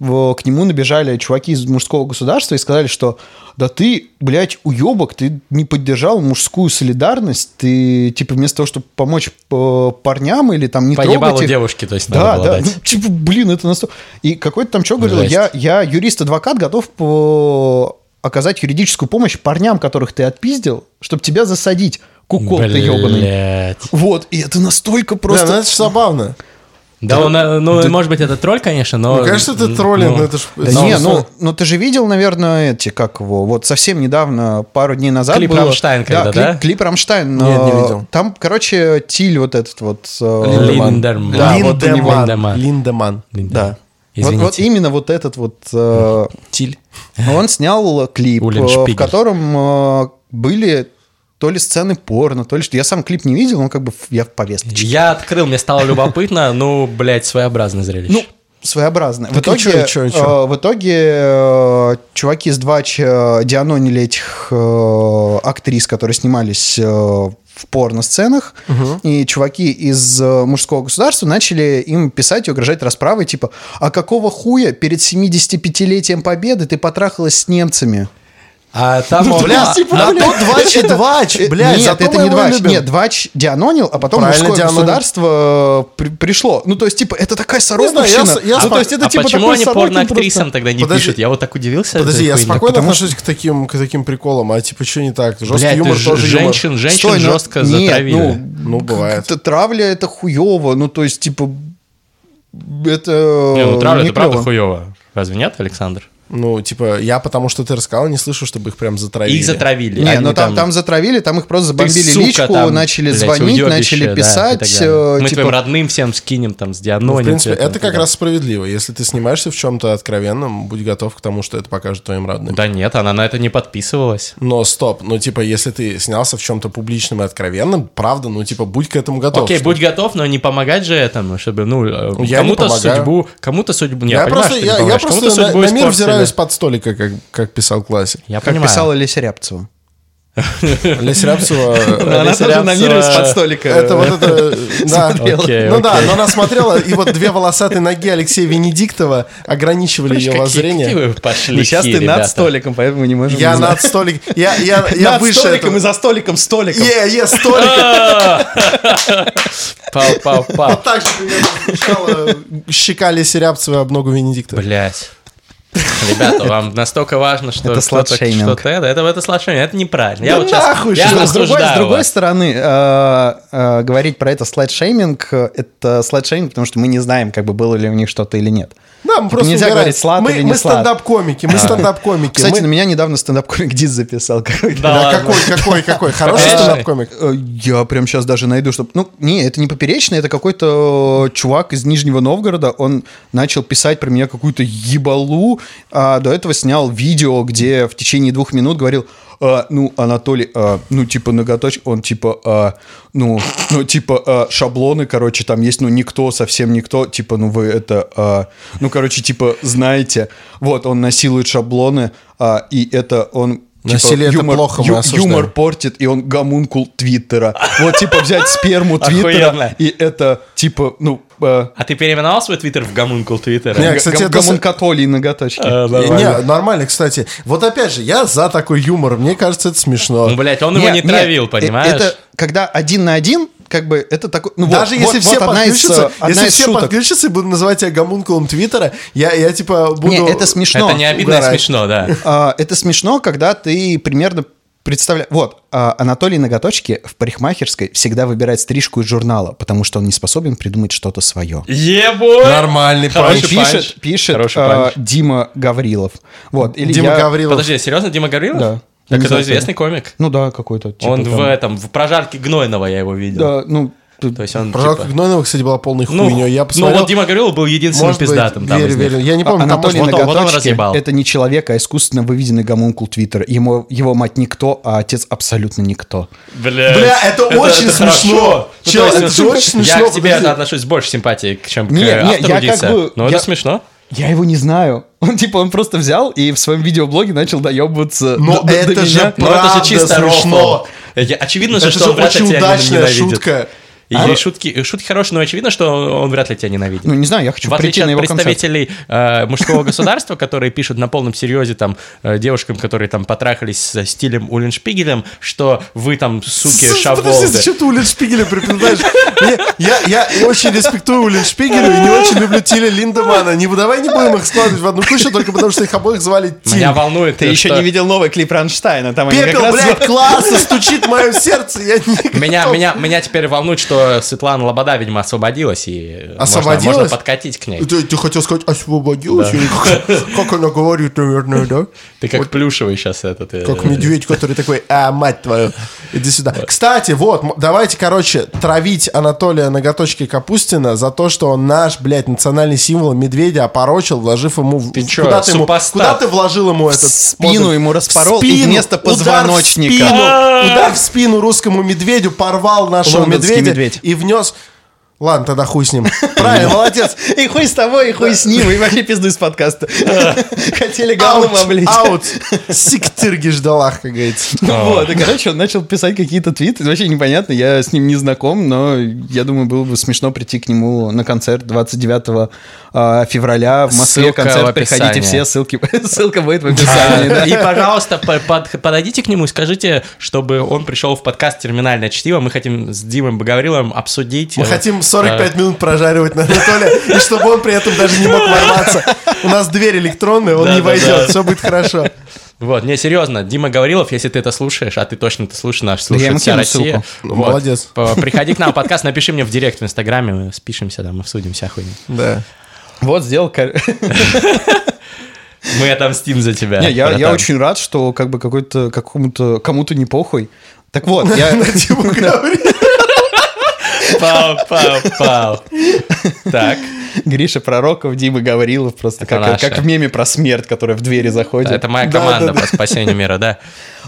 [SPEAKER 3] в- к нему набежали чуваки из мужского государства и сказали, что да ты, блядь, уебок, ты не поддержал мужскую солидарность, ты, типа, вместо того, чтобы помочь э, парням или там не
[SPEAKER 1] Поебало
[SPEAKER 3] трогать их,
[SPEAKER 1] девушки, то есть,
[SPEAKER 3] да,
[SPEAKER 1] надо было
[SPEAKER 3] да.
[SPEAKER 1] дать.
[SPEAKER 3] Ну, типа, блин, это настолько... И какой-то там чувак говорил,
[SPEAKER 1] Жесть.
[SPEAKER 3] я, я юрист-адвокат, готов по- оказать юридическую помощь парням, которых ты отпиздил, чтобы тебя засадить, кукол Ну, ты ебаный.
[SPEAKER 1] Блядь.
[SPEAKER 3] Вот, и это настолько просто...
[SPEAKER 2] Да, ну это же забавно.
[SPEAKER 1] Да, он, э, ну, может быть, это тролль, конечно, но...
[SPEAKER 2] Ну, конечно, это троллинг,
[SPEAKER 1] ну,
[SPEAKER 2] но это ж...
[SPEAKER 3] Да
[SPEAKER 2] это
[SPEAKER 3] не,
[SPEAKER 2] ж-
[SPEAKER 3] ну, ну ты же видел, наверное, эти, как его, вот совсем недавно, пару дней назад
[SPEAKER 1] Клип
[SPEAKER 3] было-
[SPEAKER 1] «Рамштайн» когда,
[SPEAKER 3] клип-
[SPEAKER 1] да?
[SPEAKER 3] клип «Рамштайн».
[SPEAKER 2] Нет, не
[SPEAKER 3] э,
[SPEAKER 2] видел.
[SPEAKER 3] Там, короче, Тиль вот этот вот... э,
[SPEAKER 1] Линдерман.
[SPEAKER 3] Да, вот у него-
[SPEAKER 2] Линдеман. Линдеман.
[SPEAKER 1] Да.
[SPEAKER 3] Вот, вот
[SPEAKER 1] Извините.
[SPEAKER 3] именно вот этот вот... э,
[SPEAKER 2] Тиль.
[SPEAKER 3] Он снял клип,
[SPEAKER 1] Улен
[SPEAKER 3] э, в
[SPEAKER 1] Шпигель.
[SPEAKER 3] котором э, были то ли сцены порно, то ли что. Я сам клип не видел, но как бы в- я в повесточке.
[SPEAKER 1] Я открыл, мне стало любопытно, ну, блядь, своеобразное зрелище.
[SPEAKER 3] Ну, своеобразно. В
[SPEAKER 2] Так и
[SPEAKER 3] итоге,
[SPEAKER 2] чё, и чё, и чё?
[SPEAKER 3] э, в итоге э, чуваки из Двач э, дианонили этих э, актрис, которые снимались э, в порно-сценах, и чуваки из э, мужского государства начали им писать и угрожать расправой, типа, а какого хуя перед 75-летием Победы ты потрахалась с немцами?
[SPEAKER 1] а там он...
[SPEAKER 2] Бля,
[SPEAKER 1] а,
[SPEAKER 2] типа, на то двач и (laughs) двач,
[SPEAKER 3] Э,
[SPEAKER 2] блядь,
[SPEAKER 3] нет,
[SPEAKER 2] зато
[SPEAKER 3] это
[SPEAKER 2] мы
[SPEAKER 3] не
[SPEAKER 2] его
[SPEAKER 3] двач.
[SPEAKER 2] любим.
[SPEAKER 3] Нет, двач дианонил, а потом
[SPEAKER 2] Правильно,
[SPEAKER 3] мужское
[SPEAKER 2] дианонил.
[SPEAKER 3] государство э, при- пришло. Ну, то есть, типа, это такая
[SPEAKER 2] Не знаю, я
[SPEAKER 3] сорокопщина.
[SPEAKER 2] с- я
[SPEAKER 1] а
[SPEAKER 2] с- то есть это
[SPEAKER 1] а
[SPEAKER 2] типа
[SPEAKER 1] почему
[SPEAKER 2] такой
[SPEAKER 1] они
[SPEAKER 2] Сорокин
[SPEAKER 1] порноактрисам
[SPEAKER 2] просто.
[SPEAKER 1] тогда не
[SPEAKER 2] Подожди.
[SPEAKER 1] пишут? Я вот так удивился.
[SPEAKER 2] Подожди,
[SPEAKER 1] этой
[SPEAKER 2] я
[SPEAKER 1] хуйне.
[SPEAKER 2] спокойно
[SPEAKER 1] Потому
[SPEAKER 2] отношусь к таким, к таким приколам, а типа что не так?
[SPEAKER 1] что,
[SPEAKER 2] Жесткий
[SPEAKER 1] блядь,
[SPEAKER 2] юмор
[SPEAKER 1] ж-
[SPEAKER 2] тоже юмор.
[SPEAKER 1] женщин, женщин
[SPEAKER 3] Стой, ну,
[SPEAKER 1] жестко
[SPEAKER 3] нет,
[SPEAKER 1] затравили.
[SPEAKER 3] ну,
[SPEAKER 2] Ну, бывает.
[SPEAKER 3] Т- Травля это хуево, ну то есть типа это
[SPEAKER 1] Не, ну, травля,
[SPEAKER 3] не
[SPEAKER 1] это правда
[SPEAKER 3] клёво.
[SPEAKER 1] хуево. Разве нет, Александр?
[SPEAKER 2] Ну, типа, я потому что ты рассказал, не слышу, чтобы их прям затравили.
[SPEAKER 1] Их затравили.
[SPEAKER 3] Не,
[SPEAKER 1] Они
[SPEAKER 3] ну там, там затравили, там их просто забомбили
[SPEAKER 1] сука,
[SPEAKER 3] личку,
[SPEAKER 1] там,
[SPEAKER 3] начали
[SPEAKER 1] блядь,
[SPEAKER 3] звонить,
[SPEAKER 1] уёбище, да,
[SPEAKER 3] начали
[SPEAKER 1] и
[SPEAKER 3] писать.
[SPEAKER 1] так далее.
[SPEAKER 3] э,
[SPEAKER 1] Мы
[SPEAKER 3] типа,
[SPEAKER 1] твоим родным всем скинем там с
[SPEAKER 2] Ну,
[SPEAKER 1] Дианони. типа,
[SPEAKER 2] в принципе, это как раз справедливо. Если ты снимаешься в чем-то откровенном, будь готов к тому, что это покажет твоим родным.
[SPEAKER 1] Да нет, она на это не подписывалась.
[SPEAKER 2] Но стоп, ну типа, если ты снялся в чем-то публичном и откровенном, правда, ну типа, будь к этому готов.
[SPEAKER 1] Окей,
[SPEAKER 2] что-
[SPEAKER 1] будь готов, но не помогать же этому, чтобы, ну, э,
[SPEAKER 2] Я не
[SPEAKER 1] кому-то
[SPEAKER 2] помогаю.
[SPEAKER 1] судьбу, кому-то судьбу, не,
[SPEAKER 2] Я,
[SPEAKER 1] я, понимаю,
[SPEAKER 2] просто,
[SPEAKER 1] что ты
[SPEAKER 2] я, я
[SPEAKER 1] помогаешь,
[SPEAKER 2] просто
[SPEAKER 1] кому-то
[SPEAKER 2] на,
[SPEAKER 1] судьбу
[SPEAKER 2] на мир
[SPEAKER 1] испортили.
[SPEAKER 2] взираюсь под столика, как, как писал классик.
[SPEAKER 1] Я
[SPEAKER 3] как
[SPEAKER 1] понимаю.
[SPEAKER 3] писала Леся Рябцева.
[SPEAKER 2] Лесь (laughs) Рябцева... э,
[SPEAKER 1] Она Леся тоже на Рябцева- мир из-под
[SPEAKER 3] столика.
[SPEAKER 2] Это вот (laughs) это... да.
[SPEAKER 1] Смотрела. Окей,
[SPEAKER 2] Ну да,
[SPEAKER 1] окей.
[SPEAKER 2] но она смотрела, и вот две волосатые ноги Алексея Венедиктова ограничивали
[SPEAKER 1] Видишь,
[SPEAKER 2] ее
[SPEAKER 1] какие- какие
[SPEAKER 2] воззрение.
[SPEAKER 1] вы пошли
[SPEAKER 3] сейчас
[SPEAKER 1] хи,
[SPEAKER 3] ты над
[SPEAKER 1] ребята.
[SPEAKER 3] столиком, поэтому не можем.
[SPEAKER 2] Я
[SPEAKER 3] не знаю.
[SPEAKER 2] над столик... Я,
[SPEAKER 3] (laughs)
[SPEAKER 2] я, я
[SPEAKER 3] Над
[SPEAKER 2] выше
[SPEAKER 3] столиком
[SPEAKER 2] этого.
[SPEAKER 3] и за А! столиком столиком.
[SPEAKER 2] Е, е, столик.
[SPEAKER 1] Пау-пау-пау.
[SPEAKER 2] Вот так же примерно звучало щека Леси Рябцева об ногу Венедиктова.
[SPEAKER 1] Блять. Ребята, вам настолько важно, что
[SPEAKER 3] Это
[SPEAKER 1] что-то,
[SPEAKER 3] сладшейминг.
[SPEAKER 1] что-то это, это, это сладшейминг, это неправильно. я
[SPEAKER 2] Да
[SPEAKER 1] вот сейчас,
[SPEAKER 2] нахуй,
[SPEAKER 1] я
[SPEAKER 2] что-
[SPEAKER 3] с, другой,
[SPEAKER 1] осуждаю
[SPEAKER 3] с другой
[SPEAKER 1] вас.
[SPEAKER 3] стороны, э, э, говорить про это слайд-шейминг, э, это слайд-шейминг, потому что мы не знаем, как бы было ли у них что-то или нет.
[SPEAKER 2] Да, мы просто
[SPEAKER 3] нельзя
[SPEAKER 2] угораем.
[SPEAKER 3] говорить, слад
[SPEAKER 2] мы,
[SPEAKER 3] или не
[SPEAKER 2] мы
[SPEAKER 3] слад. А.
[SPEAKER 2] стендап-комики, мы стендап-комики.
[SPEAKER 3] Кстати,
[SPEAKER 2] Мы-
[SPEAKER 3] на меня недавно стендап-комик Диз записал. какой-то.
[SPEAKER 1] Да
[SPEAKER 2] Да,
[SPEAKER 1] ладно.
[SPEAKER 2] какой, какой, какой. Хороший
[SPEAKER 1] Поперечный.
[SPEAKER 2] стендап-комик.
[SPEAKER 3] Э, Я прям сейчас даже найду, чтобы... Ну, не, это не поперечный, это какой-то э, чувак из Нижнего Новгорода. Он начал писать про меня какую-то ебалу, а до этого снял видео, где в течение двух минут говорил, «А, ну, Анатолий, а, ну, типа, ноготочь, он типа, а, ну, ну, типа, а, шаблоны, короче, там есть, ну, никто, совсем никто, типа, ну, вы это, а, ну, короче, типа, знаете, вот, он насилует шаблоны, а, и это он... типа,
[SPEAKER 2] Насилие это
[SPEAKER 3] юмор-
[SPEAKER 2] плохо, мы
[SPEAKER 3] ю-
[SPEAKER 2] осуждаем.
[SPEAKER 3] юмор портит, и он гомункул Твиттера. Вот, типа, взять сперму Твиттера,
[SPEAKER 1] Охуенно.
[SPEAKER 3] и это, типа, ну, э,
[SPEAKER 1] А ты переименовал свой твиттер в гомункул твиттера? А,
[SPEAKER 2] Не,
[SPEAKER 3] г-
[SPEAKER 2] кстати,
[SPEAKER 3] гом-
[SPEAKER 2] это с-
[SPEAKER 3] гомункотолий ноготочки.
[SPEAKER 1] Э,
[SPEAKER 2] Не,
[SPEAKER 1] давай.
[SPEAKER 2] не, нормально, кстати. Вот опять же, я за такой юмор. Мне кажется, это смешно.
[SPEAKER 1] Ну, блядь, он его не
[SPEAKER 3] Нет,
[SPEAKER 1] травил,
[SPEAKER 3] нет, э,
[SPEAKER 1] понимаешь?
[SPEAKER 3] Это когда один на один, как бы, это такой... Ну, вот,
[SPEAKER 2] Даже если
[SPEAKER 3] вот-
[SPEAKER 2] все
[SPEAKER 3] вот одна из,
[SPEAKER 2] подключатся,
[SPEAKER 3] э, одна
[SPEAKER 2] если
[SPEAKER 3] из
[SPEAKER 2] все
[SPEAKER 3] шуток.
[SPEAKER 2] подключатся и будут называть тебя гомункулом Твиттера, я, я типа буду...
[SPEAKER 3] Не, это смешно.
[SPEAKER 1] Это не обидно, а
[SPEAKER 2] угорать.
[SPEAKER 1] смешно,
[SPEAKER 3] (laughs)
[SPEAKER 1] да.
[SPEAKER 3] А, Это смешно, когда ты примерно представляешь... Вот, а, Анатолий Ноготочки в парикмахерской всегда выбирает стрижку из журнала, потому что он не способен придумать что-то свое.
[SPEAKER 1] Ебой!
[SPEAKER 2] Нормальный
[SPEAKER 1] Хороший
[SPEAKER 2] панч.
[SPEAKER 1] пи***.
[SPEAKER 3] пишет,
[SPEAKER 1] панч.
[SPEAKER 3] пишет
[SPEAKER 1] Хороший
[SPEAKER 3] а,
[SPEAKER 1] панч.
[SPEAKER 3] Дима Гаврилов. Вот, или
[SPEAKER 2] Дима
[SPEAKER 3] я-
[SPEAKER 2] Гаврилов.
[SPEAKER 1] Подожди, серьезно, Дима Гаврилов?
[SPEAKER 3] Да. Я
[SPEAKER 1] Так
[SPEAKER 3] не
[SPEAKER 1] это
[SPEAKER 3] знаю,
[SPEAKER 1] известный комик.
[SPEAKER 3] Ну да, какой-то. типа,
[SPEAKER 1] Он
[SPEAKER 3] там,
[SPEAKER 1] в этом, в прожарке Гнойного я его видел.
[SPEAKER 3] Да, ну, ты-
[SPEAKER 1] То есть он
[SPEAKER 2] Прожалка
[SPEAKER 1] типа-
[SPEAKER 2] Гнойного, кстати, была полной
[SPEAKER 1] Ну,
[SPEAKER 2] хуйней. Я
[SPEAKER 1] ну
[SPEAKER 2] посмотрел...
[SPEAKER 1] вот Дима Гаврилов был единственным
[SPEAKER 2] может быть,
[SPEAKER 1] пиздатым там
[SPEAKER 2] верю,
[SPEAKER 1] из них.
[SPEAKER 2] верю.
[SPEAKER 3] А,
[SPEAKER 2] Я не помню, там
[SPEAKER 3] Анатолий
[SPEAKER 2] может-
[SPEAKER 1] вот он- вот он
[SPEAKER 3] Ноготочки
[SPEAKER 1] разъебал.
[SPEAKER 3] это не человек, а искусственно выведенный гомункул Твиттера. Ему, его мать никто, а отец абсолютно никто.
[SPEAKER 1] Бля,
[SPEAKER 2] Бля, это очень
[SPEAKER 1] хорошо.
[SPEAKER 2] смешно.
[SPEAKER 1] Ну,
[SPEAKER 2] Чел,
[SPEAKER 1] то есть,
[SPEAKER 2] это же очень
[SPEAKER 1] Я
[SPEAKER 2] смешно,
[SPEAKER 1] к тебе
[SPEAKER 2] подожди.
[SPEAKER 1] отношусь с большей симпатией, чем к
[SPEAKER 3] Не,
[SPEAKER 1] э,
[SPEAKER 3] не,
[SPEAKER 1] автору
[SPEAKER 3] я как
[SPEAKER 1] Дикса.
[SPEAKER 3] бы-
[SPEAKER 1] Но
[SPEAKER 3] я-
[SPEAKER 1] это смешно.
[SPEAKER 3] Я его не знаю. (laughs) Он типа он просто взял и в своем видеоблоге начал доебываться.
[SPEAKER 2] Но
[SPEAKER 3] до- до
[SPEAKER 2] это же
[SPEAKER 3] меня.
[SPEAKER 1] Но Ну, это
[SPEAKER 2] Правда
[SPEAKER 1] же чисто
[SPEAKER 2] смешно.
[SPEAKER 1] рофл. Я- Очевидно же,
[SPEAKER 2] Это
[SPEAKER 1] что
[SPEAKER 2] же
[SPEAKER 1] он вряд ли
[SPEAKER 2] очень
[SPEAKER 1] тебя не-
[SPEAKER 2] удачная
[SPEAKER 1] ненавидит.
[SPEAKER 2] шутка. А?
[SPEAKER 1] И шутки, шутки хорошие, но очевидно, что он вряд ли тебя ненавидит.
[SPEAKER 3] Ну не знаю, я хочу
[SPEAKER 1] В
[SPEAKER 3] прийти
[SPEAKER 1] отличие от
[SPEAKER 3] на его концерт.
[SPEAKER 1] представителей э, мужского государства, которые пишут на полном серьезе там э, девушкам, которые там потрахались со стилем Уллиншпигелем, что вы там, суки,
[SPEAKER 2] Слушай,
[SPEAKER 1] шаболды.
[SPEAKER 2] Подожди, зачем ты Улин Шпигеля припоминаешь? Мне- Я, я, очень респектую Улин Шпигеля и не очень люблю Тиля Линдемана. Не, давай не будем их складывать в одну кучу, только потому что их обоих звали Тиль.
[SPEAKER 1] Меня волнует,
[SPEAKER 3] Ты
[SPEAKER 1] э,
[SPEAKER 3] еще
[SPEAKER 1] что-
[SPEAKER 3] не видел новый клип Ранштайна. Там они как
[SPEAKER 2] Пепел,
[SPEAKER 3] раз-
[SPEAKER 2] блядь, класса стучит в мое сердце. Я не
[SPEAKER 1] Меня,
[SPEAKER 2] готов.
[SPEAKER 1] меня, меня теперь волнует, что что Светлана Лобода, видимо, освободилась, и можно-
[SPEAKER 2] Освободилась?
[SPEAKER 1] можно подкатить к ней.
[SPEAKER 2] Ты, ты хотел сказать освободилась? Или
[SPEAKER 3] (laughs)
[SPEAKER 2] как, как она говорит, наверное, да?
[SPEAKER 1] Ты как плюшевый сейчас этот... э,
[SPEAKER 2] Как медведь, который такой, а, мать твою, иди сюда. Кстати, вот, м- давайте, короче, травить Анатолия Ноготочки Капустина за то, что он наш, блядь, национальный символ медведя опорочил, вложив ему... в-
[SPEAKER 1] Ты чё,
[SPEAKER 2] куда, ты ему
[SPEAKER 1] супостат?
[SPEAKER 2] куда ты вложил ему этот...
[SPEAKER 3] спину
[SPEAKER 2] мозг?
[SPEAKER 3] ему
[SPEAKER 2] В
[SPEAKER 3] распорол и
[SPEAKER 2] спину!
[SPEAKER 3] вместо
[SPEAKER 2] Удар в
[SPEAKER 3] позвоночника.
[SPEAKER 2] спину!
[SPEAKER 3] (laughs)
[SPEAKER 2] Удар в спину русскому медведю порвал нашего
[SPEAKER 3] Лондонский
[SPEAKER 2] медведя
[SPEAKER 3] медведь.
[SPEAKER 2] и внес... Ладно, тогда хуй
[SPEAKER 3] (laughs)
[SPEAKER 2] с ним. Правильно, молодец.
[SPEAKER 3] И хуй с тобой, и хуй с ним, и вообще пизду из подкаста. Хотели говном облить.
[SPEAKER 2] Аут, (laughs) аут. Сиктырги ждала, как говорится.
[SPEAKER 1] А.
[SPEAKER 3] Ну Вот, и, короче, он начал писать какие-то твиты, вообще непонятно, я с ним не знаком, но я думаю, было бы смешно прийти к нему на концерт 29 а, февраля в Москве.
[SPEAKER 1] Ссылка
[SPEAKER 3] концерт,
[SPEAKER 1] в описании.
[SPEAKER 3] приходите все, ссылки, (laughs) ссылка будет в описании.
[SPEAKER 1] Да.
[SPEAKER 3] да.
[SPEAKER 1] А, И, пожалуйста, по- под- подойдите к нему и скажите, чтобы он пришел в подкаст «Терминальное чтиво». Мы хотим с Димой Богавриловым обсудить...
[SPEAKER 2] Мы
[SPEAKER 1] э,
[SPEAKER 2] хотим 45 минут прожаривать на Анатолия, и чтобы он при этом даже не мог ворваться. У нас дверь электронная, он не
[SPEAKER 1] Да-да-да.
[SPEAKER 2] войдет, все будет хорошо.
[SPEAKER 1] э, Вот, не, серьезно, Дима Гаврилов, если ты это слушаешь, а ты точно это слушаешь, наш
[SPEAKER 3] я
[SPEAKER 1] слушает
[SPEAKER 3] ему
[SPEAKER 1] вся
[SPEAKER 3] кину
[SPEAKER 1] Россия.
[SPEAKER 3] ссылку.
[SPEAKER 2] Ну, молодец.
[SPEAKER 1] П- Приходи к нам в подкаст, напиши мне в директ в Инстаграме, мы спишемся там, обсудим вся хуйня.
[SPEAKER 2] Да.
[SPEAKER 3] Вот, сделал... кор-
[SPEAKER 1] Мы отомстим за тебя.
[SPEAKER 3] Не, я, я
[SPEAKER 1] братан.
[SPEAKER 3] очень рад, что как бы какой-то какому-то кому-то не похуй. Так
[SPEAKER 1] (laughs)
[SPEAKER 3] вот, я...
[SPEAKER 1] Ну, типа,
[SPEAKER 2] Диму Гаврилову.
[SPEAKER 1] Пау, пау, пау. Так,
[SPEAKER 3] Гриша Пророков, Дима Гаврилов, просто
[SPEAKER 1] Это
[SPEAKER 3] как,
[SPEAKER 1] наши.
[SPEAKER 3] как в меме про смерть, которая в двери заходит.
[SPEAKER 1] это моя
[SPEAKER 2] Да,
[SPEAKER 1] команда
[SPEAKER 2] да, да.
[SPEAKER 1] по спасению мира, да.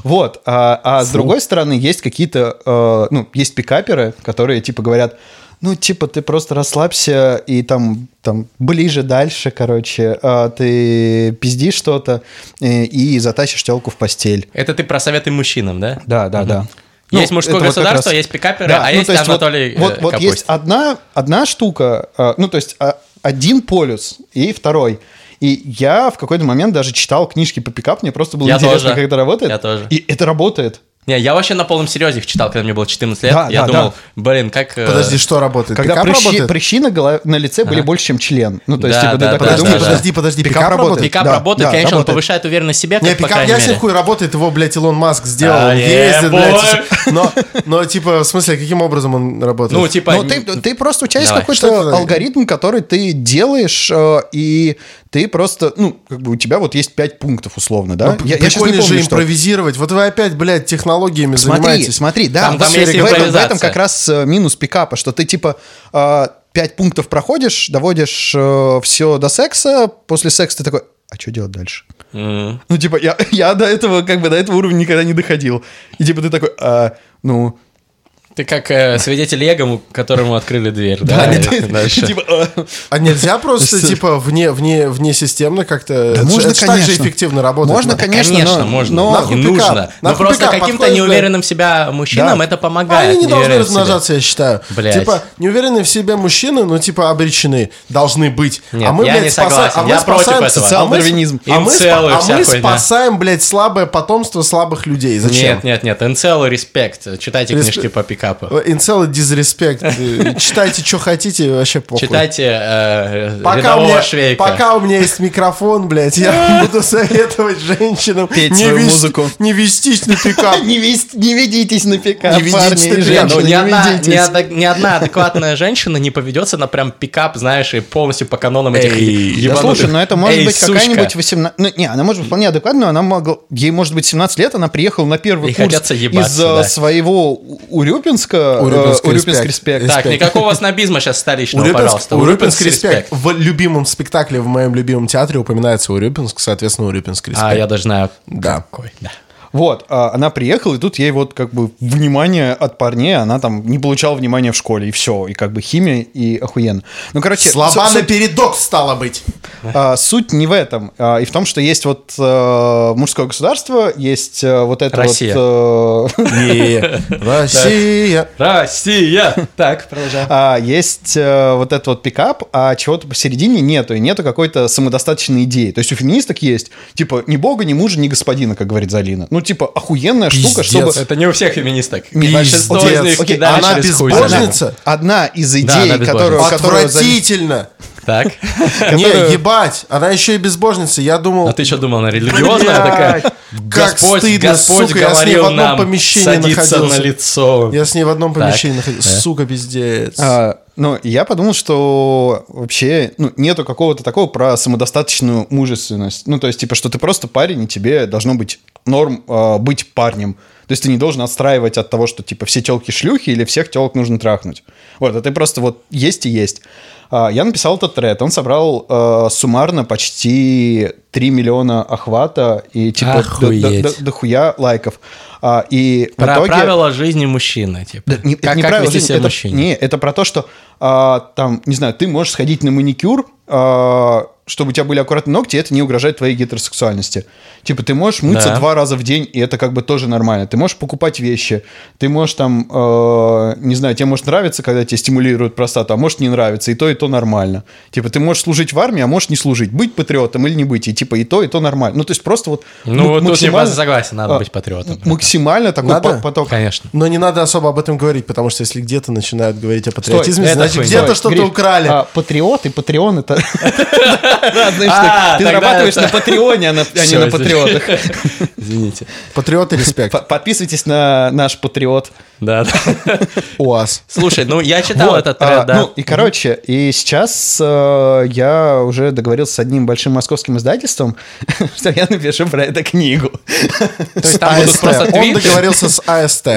[SPEAKER 3] Вот, а, а с другой стороны, есть какие-то, э, ну, есть пикаперы, которые, типа, говорят, ну, типа, ты просто расслабься и там, там, ближе, дальше, короче, а, ты пиздишь что-то э, и затащишь телку в постель.
[SPEAKER 1] Это ты про советы мужчинам, да?
[SPEAKER 3] Да, да, да.
[SPEAKER 2] Ну,
[SPEAKER 1] Есть мужское
[SPEAKER 3] это вот как ну,
[SPEAKER 1] государство, есть пикаперы, а есть
[SPEAKER 3] то есть вот-
[SPEAKER 1] Анатолий, э,
[SPEAKER 3] Вот, вот
[SPEAKER 1] Капустин.
[SPEAKER 3] есть одна, одна штука, э, ну, то есть а, один полюс и второй. И я в какой-то момент даже читал книжки по пикап, мне просто было
[SPEAKER 1] Я
[SPEAKER 3] интересно,
[SPEAKER 1] тоже.
[SPEAKER 3] как это работает.
[SPEAKER 1] Я тоже.
[SPEAKER 3] И это работает.
[SPEAKER 1] Не, я вообще на полном серьезе их читал, когда мне было 14 лет.
[SPEAKER 3] Да,
[SPEAKER 1] я
[SPEAKER 3] да,
[SPEAKER 1] думал,
[SPEAKER 3] да.
[SPEAKER 1] блин, как... э,
[SPEAKER 2] Подожди, что работает?
[SPEAKER 3] Когда
[SPEAKER 2] Пикап
[SPEAKER 3] прыщи,
[SPEAKER 2] работает?
[SPEAKER 3] прыщи на, голо- на лице были больше, чем член. Ну, то есть,
[SPEAKER 1] Да,
[SPEAKER 3] типа,
[SPEAKER 1] да,
[SPEAKER 3] ты
[SPEAKER 1] да,
[SPEAKER 3] такой
[SPEAKER 2] Подожди,
[SPEAKER 3] думаешь,
[SPEAKER 1] да,
[SPEAKER 2] подожди, подожди,
[SPEAKER 1] Пикап
[SPEAKER 2] пикап
[SPEAKER 1] работает,
[SPEAKER 2] работает?
[SPEAKER 1] Пикап
[SPEAKER 3] Да,
[SPEAKER 1] работает,
[SPEAKER 3] да,
[SPEAKER 1] конечно, он
[SPEAKER 3] работает.
[SPEAKER 1] повышает уверенность в себе,
[SPEAKER 2] Не,
[SPEAKER 1] как, по
[SPEAKER 2] пикап
[SPEAKER 1] крайней
[SPEAKER 2] ясен
[SPEAKER 1] мере.
[SPEAKER 2] хуй работает, его, блядь, Илон Маск сделал,
[SPEAKER 1] А,
[SPEAKER 2] он ездит,
[SPEAKER 1] е-бой.
[SPEAKER 2] блядь. Но, но, типа, в смысле, каким образом он работает?
[SPEAKER 1] Ну, типа...
[SPEAKER 3] Ну, ты, ты просто у тебя есть
[SPEAKER 1] Давай.
[SPEAKER 2] Что это
[SPEAKER 3] какой-то
[SPEAKER 2] за-
[SPEAKER 3] алгоритм, который ты делаешь, э, и ты просто, ну, как бы у тебя вот есть пять пунктов условно, да?
[SPEAKER 2] Ну,
[SPEAKER 3] Я- я щас
[SPEAKER 2] Прикольно же
[SPEAKER 3] что-
[SPEAKER 2] импровизировать. Вот вы опять, блядь, технологиями
[SPEAKER 3] Смотри,
[SPEAKER 2] занимаетесь.
[SPEAKER 3] смотри, да,
[SPEAKER 1] Там-
[SPEAKER 3] в
[SPEAKER 1] там
[SPEAKER 3] сфере
[SPEAKER 1] есть
[SPEAKER 3] в, этом, в
[SPEAKER 1] импровизация.
[SPEAKER 3] этом как раз э, минус пикапа, что ты типа э, пять пунктов проходишь, доводишь все до секса, после секса ты такой, а что делать дальше?
[SPEAKER 1] М.
[SPEAKER 3] Ну, типа, я, (laughs) я до этого, как бы, до этого уровня никогда не доходил. И, типа, ты такой, «А, ну...
[SPEAKER 1] Ты как э, свидетель Егому, которому открыли дверь. Да,
[SPEAKER 3] а,
[SPEAKER 1] и
[SPEAKER 3] ты-
[SPEAKER 1] дальше.
[SPEAKER 3] (laughs) типа, «А».
[SPEAKER 2] А
[SPEAKER 3] (laughs)
[SPEAKER 2] нельзя просто, типа, вне, вне, внесистемно как-то... Это ж- это ж так же эффективно работать.
[SPEAKER 3] Можно,
[SPEAKER 2] надо.
[SPEAKER 3] конечно, но-
[SPEAKER 1] можно.
[SPEAKER 3] но-
[SPEAKER 1] не
[SPEAKER 2] Нахуй пикап,
[SPEAKER 1] нужно. Но
[SPEAKER 2] нахуй
[SPEAKER 1] просто
[SPEAKER 2] пикап,
[SPEAKER 1] каким-то
[SPEAKER 2] подходишь,
[SPEAKER 1] неуверенным в себя мужчинам
[SPEAKER 3] Да.
[SPEAKER 1] это
[SPEAKER 2] А
[SPEAKER 1] помогает.
[SPEAKER 2] Они не должны
[SPEAKER 1] неуверенным в себе.
[SPEAKER 2] размножаться, я считаю.
[SPEAKER 1] Блядь.
[SPEAKER 2] Типа, неуверенные в себе мужчины, ну, типа, обречены. Должны быть.
[SPEAKER 1] Нет,
[SPEAKER 2] а мы,
[SPEAKER 1] я
[SPEAKER 2] блядь,
[SPEAKER 1] не
[SPEAKER 2] спасаем...
[SPEAKER 1] согласен.
[SPEAKER 2] А мы
[SPEAKER 1] Я против
[SPEAKER 2] спасаем
[SPEAKER 1] этого.
[SPEAKER 3] Социал-дарвинизм.
[SPEAKER 2] А мы, спа-
[SPEAKER 1] Инцелы,
[SPEAKER 2] а мы
[SPEAKER 1] вся хуйня.
[SPEAKER 2] спасаем, блядь, слабое потомство слабых людей. Зачем?
[SPEAKER 1] Нет, нет, нет. НЦЛ респект. Читайте
[SPEAKER 2] Респе-
[SPEAKER 1] книжки по пикапу.
[SPEAKER 2] Инцелы Э,
[SPEAKER 1] (laughs)
[SPEAKER 2] дизреспект. Э, Читайте, что хотите, вообще похуй.
[SPEAKER 1] Читайте э,
[SPEAKER 2] Пока у,
[SPEAKER 1] рядового
[SPEAKER 2] меня,
[SPEAKER 1] швейка.
[SPEAKER 2] пока у меня есть микрофон, блядь, я буду советовать женщинам
[SPEAKER 3] Петь
[SPEAKER 2] не,
[SPEAKER 3] свою
[SPEAKER 2] вести-
[SPEAKER 3] музыку.
[SPEAKER 2] не вестись
[SPEAKER 1] (laughs)
[SPEAKER 2] на пикап.
[SPEAKER 3] (laughs) Не, весть- не ведитесь на пикап,
[SPEAKER 2] Не ведитесь
[SPEAKER 3] парни
[SPEAKER 2] на
[SPEAKER 3] и
[SPEAKER 2] пикап.
[SPEAKER 1] Не, ну,
[SPEAKER 3] женщины,
[SPEAKER 1] ни,
[SPEAKER 3] не
[SPEAKER 1] одна,
[SPEAKER 3] ведитесь.
[SPEAKER 1] ни одна- ни одна адекватная женщина не поведется на прям пикап, знаешь, и полностью по канонам этих
[SPEAKER 3] Да
[SPEAKER 1] ебанутых.
[SPEAKER 2] ну
[SPEAKER 3] слушай, но это может
[SPEAKER 1] Эй,
[SPEAKER 3] быть
[SPEAKER 1] сучка.
[SPEAKER 3] какая-нибудь 18... Ну, не, она может быть вполне адекватная, она могла... Ей может быть 17 лет, она приехала на первый
[SPEAKER 1] И
[SPEAKER 3] курс
[SPEAKER 1] хотятся ебаться,
[SPEAKER 3] из э,
[SPEAKER 1] да.
[SPEAKER 3] своего У- Урюпинска. э,
[SPEAKER 2] Урюпинск,
[SPEAKER 3] Урюпинск,
[SPEAKER 2] респект.
[SPEAKER 3] респект.
[SPEAKER 1] Так,
[SPEAKER 2] респект.
[SPEAKER 1] никакого снобизма сейчас столичного,
[SPEAKER 2] Урюпинск-
[SPEAKER 1] Ну, пожалуйста.
[SPEAKER 2] Урюпинск респект. В любимом спектакле в моем любимом театре упоминается Урюпинск, соответственно, Урюпинск респект.
[SPEAKER 1] А, я даже знаю.
[SPEAKER 2] Да.
[SPEAKER 1] Какой, да.
[SPEAKER 3] Вот, а, она приехала, и тут ей вот как бы внимание от парней, она там не получала внимания в школе, и все, и как бы химия, и охуенно. Ну, короче,
[SPEAKER 2] Слаба
[SPEAKER 3] су- су-
[SPEAKER 2] напередок стало быть.
[SPEAKER 1] (laughs)
[SPEAKER 3] а, суть не в этом, а, и в том, что есть вот э, мужское государство, есть э, вот это
[SPEAKER 1] Россия.
[SPEAKER 3] вот... э, (laughs)
[SPEAKER 2] Россия.
[SPEAKER 1] Россия! Так, продолжаем.
[SPEAKER 3] а, есть э, вот этот вот пикап, а чего-то посередине нету, и нету какой-то самодостаточной идеи. То есть у феминисток есть, типа, ни бога, ни мужа, ни господина, как говорит Залина. Ну, типа, охуенная штука,
[SPEAKER 2] Пиздец.
[SPEAKER 3] чтобы...
[SPEAKER 1] Это не у всех феминисток.
[SPEAKER 3] Не,
[SPEAKER 1] Большинство из
[SPEAKER 2] пиздец.
[SPEAKER 1] них
[SPEAKER 2] Окей,
[SPEAKER 1] кидали
[SPEAKER 2] она
[SPEAKER 1] через хуй.
[SPEAKER 2] безбожница?
[SPEAKER 3] Одна из идей,
[SPEAKER 1] она безбожница.
[SPEAKER 3] которую... которую Зали-
[SPEAKER 2] Отвратительно.
[SPEAKER 1] Так.
[SPEAKER 2] Не,
[SPEAKER 3] Которую-
[SPEAKER 2] ебать, она еще и безбожница. Я думал,
[SPEAKER 1] А ты что думал, она религиозная такая?
[SPEAKER 3] Блядь.
[SPEAKER 2] Как
[SPEAKER 1] Господь,
[SPEAKER 2] стыдно,
[SPEAKER 1] Господь
[SPEAKER 2] сука, я с ней
[SPEAKER 1] говорил
[SPEAKER 2] в одном
[SPEAKER 1] нам
[SPEAKER 2] помещении
[SPEAKER 1] садиться
[SPEAKER 2] находился.
[SPEAKER 1] на лицо.
[SPEAKER 2] я с ней в одном
[SPEAKER 1] Так, Э.
[SPEAKER 2] помещении находился.
[SPEAKER 1] да.
[SPEAKER 2] Сука, пиздец.
[SPEAKER 3] А, ну, я подумал, что вообще ну, нету какого-то такого про самодостаточную мужественность. Ну, то есть, типа, что ты просто парень, и тебе должно быть норм а, быть парнем. То есть ты не должен отстраивать от того, что, типа, все телки шлюхи или всех телок нужно трахнуть. Вот, а ты просто вот есть и есть. А, я написал этот тред, он собрал а, суммарно почти 3 миллиона охвата и, типа, до- до- до-
[SPEAKER 1] Охуеть.
[SPEAKER 3] дохуя лайков. А, и в
[SPEAKER 1] Про
[SPEAKER 3] итоге-
[SPEAKER 1] правила жизни мужчины, типа.
[SPEAKER 3] да, не-
[SPEAKER 1] как
[SPEAKER 3] не
[SPEAKER 1] как
[SPEAKER 3] правило
[SPEAKER 1] вести
[SPEAKER 3] жизни,
[SPEAKER 1] себя
[SPEAKER 3] это,
[SPEAKER 1] мужчине.
[SPEAKER 3] Не, это про то, что а, там, не знаю, ты можешь сходить на маникюр, а, чтобы у тебя были аккуратные ногти, и это не угрожает твоей гетеросексуальности. Типа ты можешь мыться
[SPEAKER 1] Да.
[SPEAKER 3] два раза в день, и это как бы тоже нормально. Ты можешь покупать вещи, ты можешь там, э, не знаю, тебе может нравиться, когда тебе стимулируют простату, а может не нравится, и то, и то нормально. Типа ты можешь служить в армии, а можешь не служить, быть патриотом или не быть, и типа и то, и то нормально. Ну то есть просто вот
[SPEAKER 1] Ну,
[SPEAKER 3] м-
[SPEAKER 1] вот тут я
[SPEAKER 3] максимально-
[SPEAKER 1] согласен, надо
[SPEAKER 3] а,
[SPEAKER 1] быть патриотом.
[SPEAKER 3] Максимально такой
[SPEAKER 2] Надо?
[SPEAKER 3] по- поток.
[SPEAKER 1] Конечно.
[SPEAKER 2] Но не надо особо об этом говорить, потому что если где-то начинают говорить о патриотизме,
[SPEAKER 1] это
[SPEAKER 2] значит
[SPEAKER 1] хуйня.
[SPEAKER 2] где-то
[SPEAKER 1] Стой,
[SPEAKER 2] что-то
[SPEAKER 3] Гриш,
[SPEAKER 2] украли.
[SPEAKER 3] а, патриот и патреон это... (laughs) Да, знаешь,
[SPEAKER 1] А,
[SPEAKER 3] так, Ты
[SPEAKER 1] тогда
[SPEAKER 3] зарабатываешь
[SPEAKER 1] это-
[SPEAKER 3] на патреоне, а на- а не
[SPEAKER 1] Всё,
[SPEAKER 3] на
[SPEAKER 1] извини. (laughs)
[SPEAKER 3] патриотах.
[SPEAKER 1] Извините.
[SPEAKER 2] Патриоты респект.
[SPEAKER 3] П- Подписывайтесь на наш патриот.
[SPEAKER 1] Да,
[SPEAKER 3] (laughs)
[SPEAKER 1] да.
[SPEAKER 2] УАЗ.
[SPEAKER 1] Слушай, ну я читал
[SPEAKER 3] Вот,
[SPEAKER 1] этот
[SPEAKER 3] а,
[SPEAKER 1] тред, да.
[SPEAKER 3] Ну, и короче, и сейчас э, я уже договорился с одним большим московским издательством, (laughs) что я напишу про это книгу. (laughs)
[SPEAKER 1] То есть
[SPEAKER 2] С
[SPEAKER 1] там будут
[SPEAKER 2] АСТ.
[SPEAKER 1] просто
[SPEAKER 2] Он
[SPEAKER 1] твиты?
[SPEAKER 2] договорился с АСТ.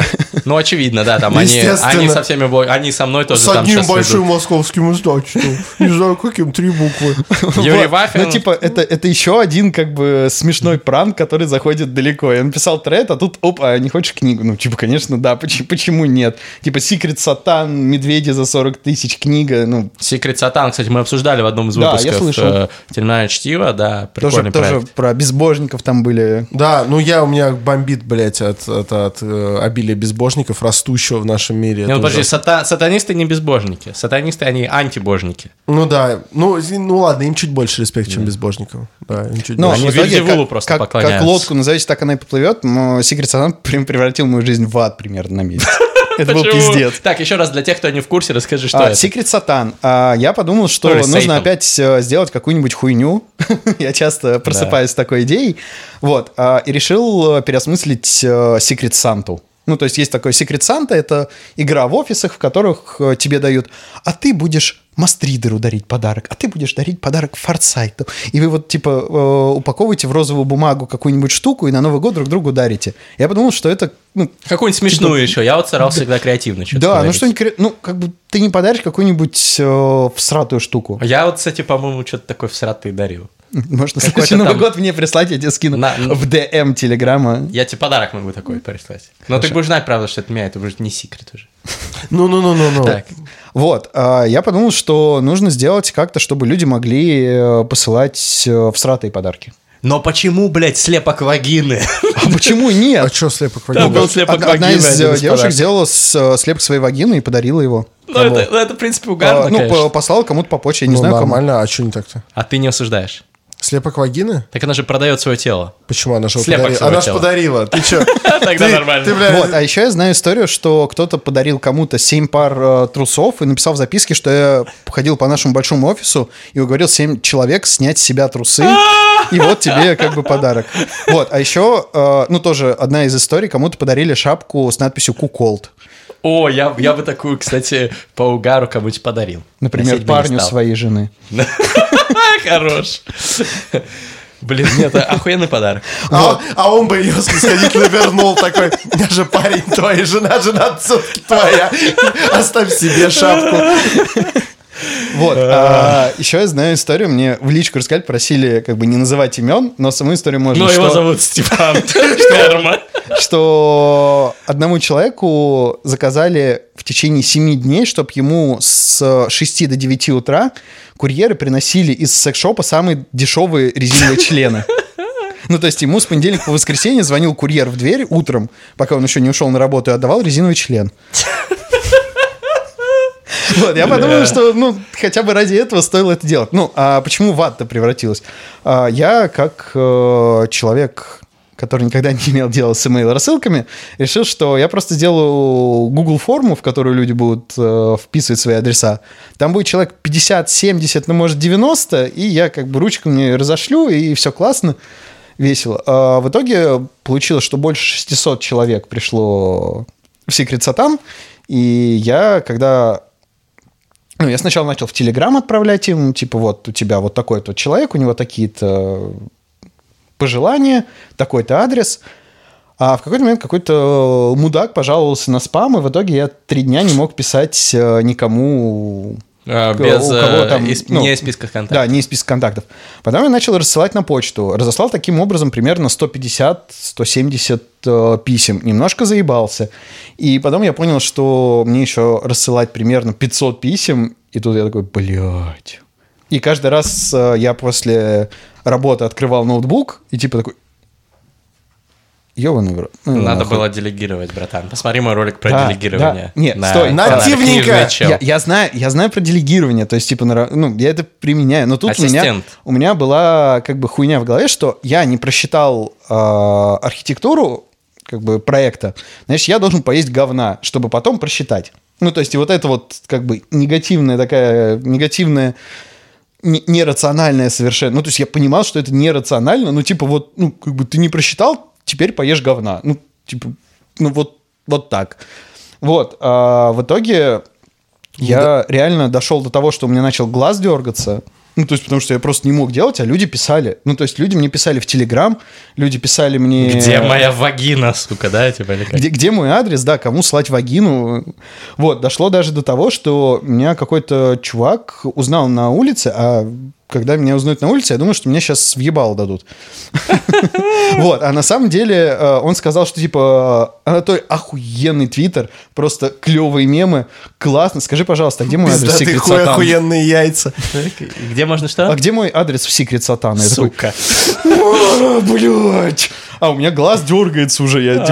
[SPEAKER 1] Ну, очевидно, да, там они,
[SPEAKER 2] Естественно.
[SPEAKER 1] они со всеми, бо- они со мной тоже
[SPEAKER 2] С
[SPEAKER 1] там
[SPEAKER 2] одним
[SPEAKER 1] сейчас
[SPEAKER 2] большим московским издательством. Не знаю, каким, три буквы.
[SPEAKER 1] (laughs) Юрий
[SPEAKER 3] Вот.
[SPEAKER 1] Вафин.
[SPEAKER 3] Ну, типа, это, это еще один, как бы, смешной пранк, который заходит далеко. Я написал тред, а тут, оп, а не хочешь книгу? Ну, типа, конечно, да, почему, почему нет? Типа, Секрет Сатан, Медведи за 40 тысяч, книга, ну,
[SPEAKER 1] Секрет Сатан, кстати, мы обсуждали в одном из
[SPEAKER 3] Да, я
[SPEAKER 1] выпусков.
[SPEAKER 3] слышал.
[SPEAKER 1] э, Тельное чтиво, да,
[SPEAKER 3] тоже,
[SPEAKER 1] прикольный
[SPEAKER 3] тоже
[SPEAKER 1] проект.
[SPEAKER 3] про безбожников там были.
[SPEAKER 2] Да, ну я, у меня бомбит, блядь, от, от, от, э, обилия безбожников, растущего в нашем мире.
[SPEAKER 1] Не,
[SPEAKER 2] Это
[SPEAKER 1] ну, подожди,
[SPEAKER 2] ужасно.
[SPEAKER 1] сата- сатанисты не безбожники. Сатанисты, они антибожники.
[SPEAKER 2] ну да, ну, и- ну ладно, им чуть больше респект, чем безбожникам. Да, им чуть
[SPEAKER 3] Ну,
[SPEAKER 2] больше.
[SPEAKER 1] Они
[SPEAKER 3] в итоге,
[SPEAKER 1] Вельзевулу
[SPEAKER 3] как-
[SPEAKER 1] просто
[SPEAKER 3] как, как
[SPEAKER 1] поклоняются.
[SPEAKER 3] лодку назовете, так она и поплывет, но Секрет Сатан (laughs) прям превратил мою жизнь в ад примерно на
[SPEAKER 1] (laughs)
[SPEAKER 3] месяц. Это был
[SPEAKER 1] Почему?
[SPEAKER 3] пиздец.
[SPEAKER 1] Так, еще раз для тех, кто не в курсе, расскажи, что
[SPEAKER 3] А,
[SPEAKER 1] это.
[SPEAKER 3] Секрет Сатан. А, я подумал, что
[SPEAKER 1] То есть
[SPEAKER 3] нужно
[SPEAKER 1] Satan.
[SPEAKER 3] опять э, сделать какую-нибудь хуйню. (laughs) я часто просыпаюсь с такой идеей. Вот. а, и решил э, переосмыслить э, Секрет Санту. Ну, то есть есть такой Секрет Санта, это игра в офисах, в которых э, тебе дают, а ты будешь мастридеру дарить подарок, а ты будешь дарить подарок форсайту. И вы вот, типа, э, упаковываете в розовую бумагу какую-нибудь штуку и на Новый год друг другу дарите. Я подумал, что это, ну,
[SPEAKER 1] Какую-нибудь смешную еще. Я вот старался всегда креативно что-то
[SPEAKER 3] да, ну
[SPEAKER 1] говорить.
[SPEAKER 3] что-нибудь, кре- ну, как бы ты не подаришь какую-нибудь э, всратую штуку.
[SPEAKER 1] Я вот, кстати, по-моему, что-то такое в сраты дарил.
[SPEAKER 3] (laughs) Можно
[SPEAKER 1] Какой-то
[SPEAKER 3] следующий Новый
[SPEAKER 1] там-
[SPEAKER 3] год мне прислать, я тебе скину
[SPEAKER 1] На- ну.
[SPEAKER 3] в ДМ Телеграма.
[SPEAKER 1] Я тебе подарок могу такой прислать. Но ты будешь знать, правда, что это меня, это будет не секрет уже.
[SPEAKER 2] Ну, Ну-ну-ну-ну-ну.
[SPEAKER 1] Так.
[SPEAKER 3] Вот, а, я подумал, что нужно сделать как-то, чтобы люди могли э, посылать э, всратые
[SPEAKER 1] (laughs)
[SPEAKER 3] подарки.
[SPEAKER 1] Но почему, блядь, слепок
[SPEAKER 3] (laughs)
[SPEAKER 1] вагины?
[SPEAKER 3] А почему
[SPEAKER 2] А
[SPEAKER 3] нет?
[SPEAKER 2] что слепок
[SPEAKER 1] Там был
[SPEAKER 2] вагины?
[SPEAKER 1] А слепок
[SPEAKER 3] Одна одна
[SPEAKER 1] вагины,
[SPEAKER 3] из
[SPEAKER 1] один
[SPEAKER 3] э,
[SPEAKER 1] из
[SPEAKER 3] девушек
[SPEAKER 1] подарков.
[SPEAKER 3] сделала с, э, слепок своей вагины и подарила его.
[SPEAKER 1] Ну,
[SPEAKER 3] Кому?
[SPEAKER 1] это, ну, это, в принципе,
[SPEAKER 3] А,
[SPEAKER 1] угарно,
[SPEAKER 3] ну,
[SPEAKER 1] конечно.
[SPEAKER 3] по- послала кому-то по почте, я не
[SPEAKER 2] Ну,
[SPEAKER 3] знаю, кому.
[SPEAKER 2] нормально, а что не так-то?
[SPEAKER 1] А ты не осуждаешь.
[SPEAKER 2] Слепок вагины?
[SPEAKER 1] Так она же продает свое тело.
[SPEAKER 2] Почему она же его
[SPEAKER 1] Слепок
[SPEAKER 2] подарила?
[SPEAKER 1] своего
[SPEAKER 2] Она же
[SPEAKER 1] тела.
[SPEAKER 2] подарила.
[SPEAKER 1] (laughs)
[SPEAKER 2] Ты что?
[SPEAKER 1] Тогда нормально.
[SPEAKER 2] Ты, бля,
[SPEAKER 3] Вот, а еще я знаю историю, что кто-то подарил кому-то 7 пар э, трусов и написал в записке, что я ходил по нашему большому офису и уговорил 7 человек снять с себя трусы. И вот тебе как бы подарок. Вот, а еще, э, ну тоже одна из историй, кому-то подарили шапку с надписью «Куколд».
[SPEAKER 1] О, я, я бы такую, кстати, по угару кому-нибудь подарил.
[SPEAKER 3] Например,
[SPEAKER 1] Носить бы не
[SPEAKER 3] парню
[SPEAKER 1] стал.
[SPEAKER 3] своей жены.
[SPEAKER 1] (laughs) Хорош. Блин, нет, это охуенный подарок.
[SPEAKER 2] А, он- а он бы ее снисходительно вернул такой, у меня же парень твоя, жена, жена отцовки твоя, оставь себе шапку.
[SPEAKER 3] Вот. а, еще я знаю историю, мне в личку рассказать просили как бы не называть имен, но саму историю можно...
[SPEAKER 1] Ну, его
[SPEAKER 3] что-
[SPEAKER 1] зовут Степан (laughs) Штерма.
[SPEAKER 3] что одному человеку заказали в течение 7 дней, чтобы ему с 6 до 9 утра курьеры приносили из секс-шопа самые дешевые резиновые члены. Ну, то есть ему с понедельника по воскресенье звонил курьер в дверь утром, пока он еще не ушел на работу, и отдавал резиновый член. Вот, я подумал, что, ну, хотя бы ради этого стоило это делать. Ну, а почему в ад-то превратилось? А, я, как э, человек который никогда не имел дела с email-рассылками, решил, что я просто сделаю Google форму, в которую люди будут э, вписывать свои адреса. Там будет человек 50, 70, ну, может, 90, и я как бы ручками разошлю, и все классно, весело. А в итоге получилось, что больше 600 человек пришло в Secret Satan, и я, когда ну, я сначала начал в Телеграм отправлять им, типа, вот у тебя вот такой-то человек, у него такие-то пожелания, такой-то адрес. А в какой-то момент какой-то мудак пожаловался на спам, и в итоге я три дня не мог писать э, никому...
[SPEAKER 1] А,
[SPEAKER 3] к-
[SPEAKER 1] без,
[SPEAKER 3] у кого
[SPEAKER 1] э,
[SPEAKER 3] там,
[SPEAKER 1] из-
[SPEAKER 3] ну,
[SPEAKER 1] не из списка
[SPEAKER 3] Да,
[SPEAKER 1] контактов.
[SPEAKER 3] не из списка контактов. Потом я начал рассылать на почту. Разослал таким образом примерно 150-170 э, писем. Немножко заебался. И потом я понял, что мне еще рассылать примерно 500 писем. И тут я такой, блядь. И каждый раз э, я после работы открывал ноутбук и типа такой... Ёбаный в рот. Ну,
[SPEAKER 1] Надо
[SPEAKER 3] нахуй.
[SPEAKER 1] было делегировать, братан. Посмотри мой ролик про
[SPEAKER 3] Да,
[SPEAKER 1] делегирование.
[SPEAKER 3] да. Нет,
[SPEAKER 1] На
[SPEAKER 3] стой.
[SPEAKER 1] канале
[SPEAKER 2] Нативненько.
[SPEAKER 1] «Книжный чел».
[SPEAKER 3] Я, я знаю, я знаю про делегирование, то есть, типа, на ра- ну, я это применяю, но тут у меня,
[SPEAKER 1] Ассистент.
[SPEAKER 3] у меня была как бы хуйня в голове, что я не просчитал э, архитектуру как бы проекта, значит, я должен поесть говна, чтобы потом просчитать. Ну, то есть, и вот это вот как бы негативная такая, негативная не- нерациональное совершенно. Ну, то есть я понимал, что это нерационально, но типа вот, ну, как бы ты не просчитал, теперь поешь говна. Ну, типа, ну вот, вот так. Вот, а в итоге я реально дошел до того, что у меня начал глаз дергаться. Ну, то есть, потому что я просто не мог делать, а люди писали. Ну, то есть, люди мне писали в Телеграм, люди писали мне...
[SPEAKER 1] Где моя вагина, сука, да? Типа, или как?
[SPEAKER 3] Где, где мой адрес, да, кому слать вагину. Вот, дошло даже до того, что меня какой-то чувак узнал на улице, а когда меня узнают на улице, я думаю, что меня сейчас въебало дадут. (laughs) Вот, а на самом деле э, он сказал, что типа, э, Анатолий, охуенный твиттер, просто клевые мемы, классно, скажи, пожалуйста, а где мой адрес в
[SPEAKER 2] Пиздатый
[SPEAKER 3] Secret
[SPEAKER 2] хуй,
[SPEAKER 3] Satan?
[SPEAKER 2] охуенные яйца.
[SPEAKER 1] Где можно
[SPEAKER 3] А
[SPEAKER 1] что?
[SPEAKER 3] где мой адрес в Secret Satan? Я такой,
[SPEAKER 1] Сука.
[SPEAKER 3] «А, блядь! А у меня глаз дергается уже, я
[SPEAKER 2] А.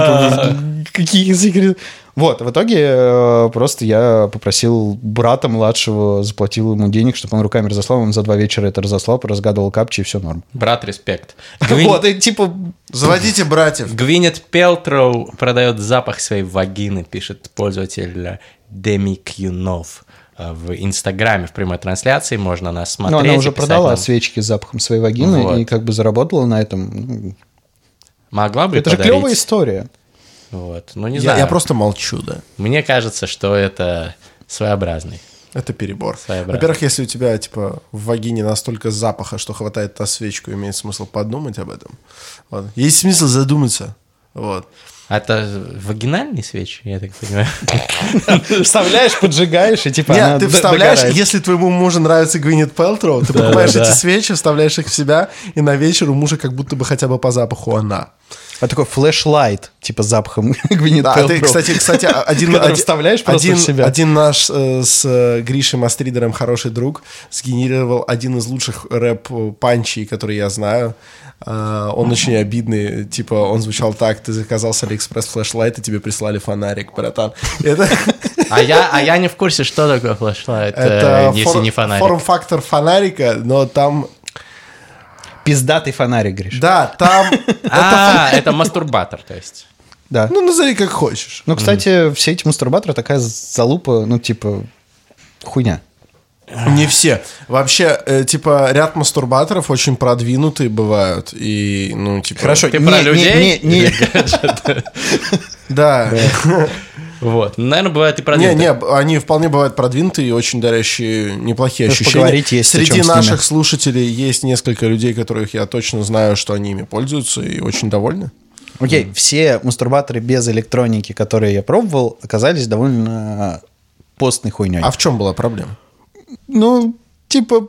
[SPEAKER 3] типа... Какие секреты? Вот, в итоге э, просто я попросил брата младшего, заплатил ему денег, чтобы он руками разослал, он за два вечера это разослал, разгадывал капчи, и все норм.
[SPEAKER 1] Брат,
[SPEAKER 3] (laughs)
[SPEAKER 1] респект. Гвин-
[SPEAKER 3] Вот, и типа...
[SPEAKER 2] Заводите братьев.
[SPEAKER 1] Гвинет Пелтроу продает запах своей вагины, пишет пользователь э, Деми Кьюнов э, в Инстаграме в прямой трансляции. Можно нас
[SPEAKER 3] Ну,
[SPEAKER 1] смотреть.
[SPEAKER 3] она уже
[SPEAKER 1] и писать
[SPEAKER 3] продала
[SPEAKER 1] нам.
[SPEAKER 3] свечки с запахом своей вагины
[SPEAKER 1] Вот.
[SPEAKER 3] и как бы заработала на этом. Ну,
[SPEAKER 1] Могла бы
[SPEAKER 3] Это же
[SPEAKER 1] подарить.
[SPEAKER 2] (laughs)
[SPEAKER 3] клевая история.
[SPEAKER 1] Вот. Ну, не
[SPEAKER 2] Я,
[SPEAKER 1] знаю.
[SPEAKER 2] я просто молчу, да.
[SPEAKER 1] Мне кажется, что это своеобразный.
[SPEAKER 2] Это перебор.
[SPEAKER 1] Своеобразно.
[SPEAKER 2] Во-первых, если у тебя, типа, в вагине настолько запаха, что хватает на свечку, имеет смысл подумать об этом. Вот. Есть смысл задуматься. Вот.
[SPEAKER 1] А Это вагинальный свеч, я так понимаю.
[SPEAKER 3] Вставляешь, поджигаешь, и типа она
[SPEAKER 2] Нет, ты
[SPEAKER 3] д-
[SPEAKER 2] вставляешь,
[SPEAKER 3] догорает.
[SPEAKER 2] если твоему мужу нравится Гвинет Пелтроу, ты покупаешь
[SPEAKER 1] да,
[SPEAKER 2] эти
[SPEAKER 1] да.
[SPEAKER 2] свечи, вставляешь их в себя, и на вечер у мужа как будто бы хотя бы по запаху она.
[SPEAKER 3] А такой флешлайт, типа с запахом (laughs) Гвинет
[SPEAKER 2] Да, а ты,
[SPEAKER 3] Пэлтроу.
[SPEAKER 2] кстати, кстати, а- один,
[SPEAKER 3] Который
[SPEAKER 2] один-
[SPEAKER 3] вставляешь просто
[SPEAKER 2] один-
[SPEAKER 3] в себя.
[SPEAKER 2] один наш э, с э, Гришей Мастридером хороший друг сгенерировал один из лучших рэп-панчей, который я знаю. Э, Он очень обидный, типа он звучал так, ты заказал с Алиэкспресс флешлайт, и тебе прислали фонарик, братан.
[SPEAKER 3] (laughs)
[SPEAKER 2] Это,
[SPEAKER 1] А я, а я не в курсе, что такое флешлайт, э,
[SPEAKER 2] это
[SPEAKER 1] если
[SPEAKER 2] фор-
[SPEAKER 1] не фонарик.
[SPEAKER 2] форм-фактор фонарика, но там...
[SPEAKER 3] Пиздатый фонарик, Гриш.
[SPEAKER 2] Да,
[SPEAKER 3] (laughs)
[SPEAKER 2] там...
[SPEAKER 1] А, (laughs) это мастурбатор, то есть.
[SPEAKER 3] Да.
[SPEAKER 2] Ну, назови как хочешь.
[SPEAKER 3] Ну, кстати, все эти мастурбаторы такая залупа, ну, типа, хуйня.
[SPEAKER 2] Не все. Вообще, э, типа, ряд мастурбаторов очень продвинутые бывают. И, ну, типа...
[SPEAKER 1] Ты
[SPEAKER 3] не-
[SPEAKER 1] про
[SPEAKER 3] не-
[SPEAKER 1] людей?
[SPEAKER 3] не- не-
[SPEAKER 1] (laughs)
[SPEAKER 2] Да.
[SPEAKER 1] Вот. Ну, Наверное, бывает и
[SPEAKER 2] Не,
[SPEAKER 1] продвинутый.
[SPEAKER 2] не, б- они вполне бывают продвинутые и очень дарящие неплохие
[SPEAKER 3] Ну,
[SPEAKER 2] ощущения.
[SPEAKER 3] поговорить есть о
[SPEAKER 2] Среди
[SPEAKER 3] чем с ними.
[SPEAKER 2] наших слушателей есть несколько людей, которых я точно знаю, что они ими пользуются и очень довольны.
[SPEAKER 3] Окей, все мастурбаторы без электроники, которые я пробовал, оказались довольно постной хуйней.
[SPEAKER 2] А в чем была проблема?
[SPEAKER 3] Ну, типа,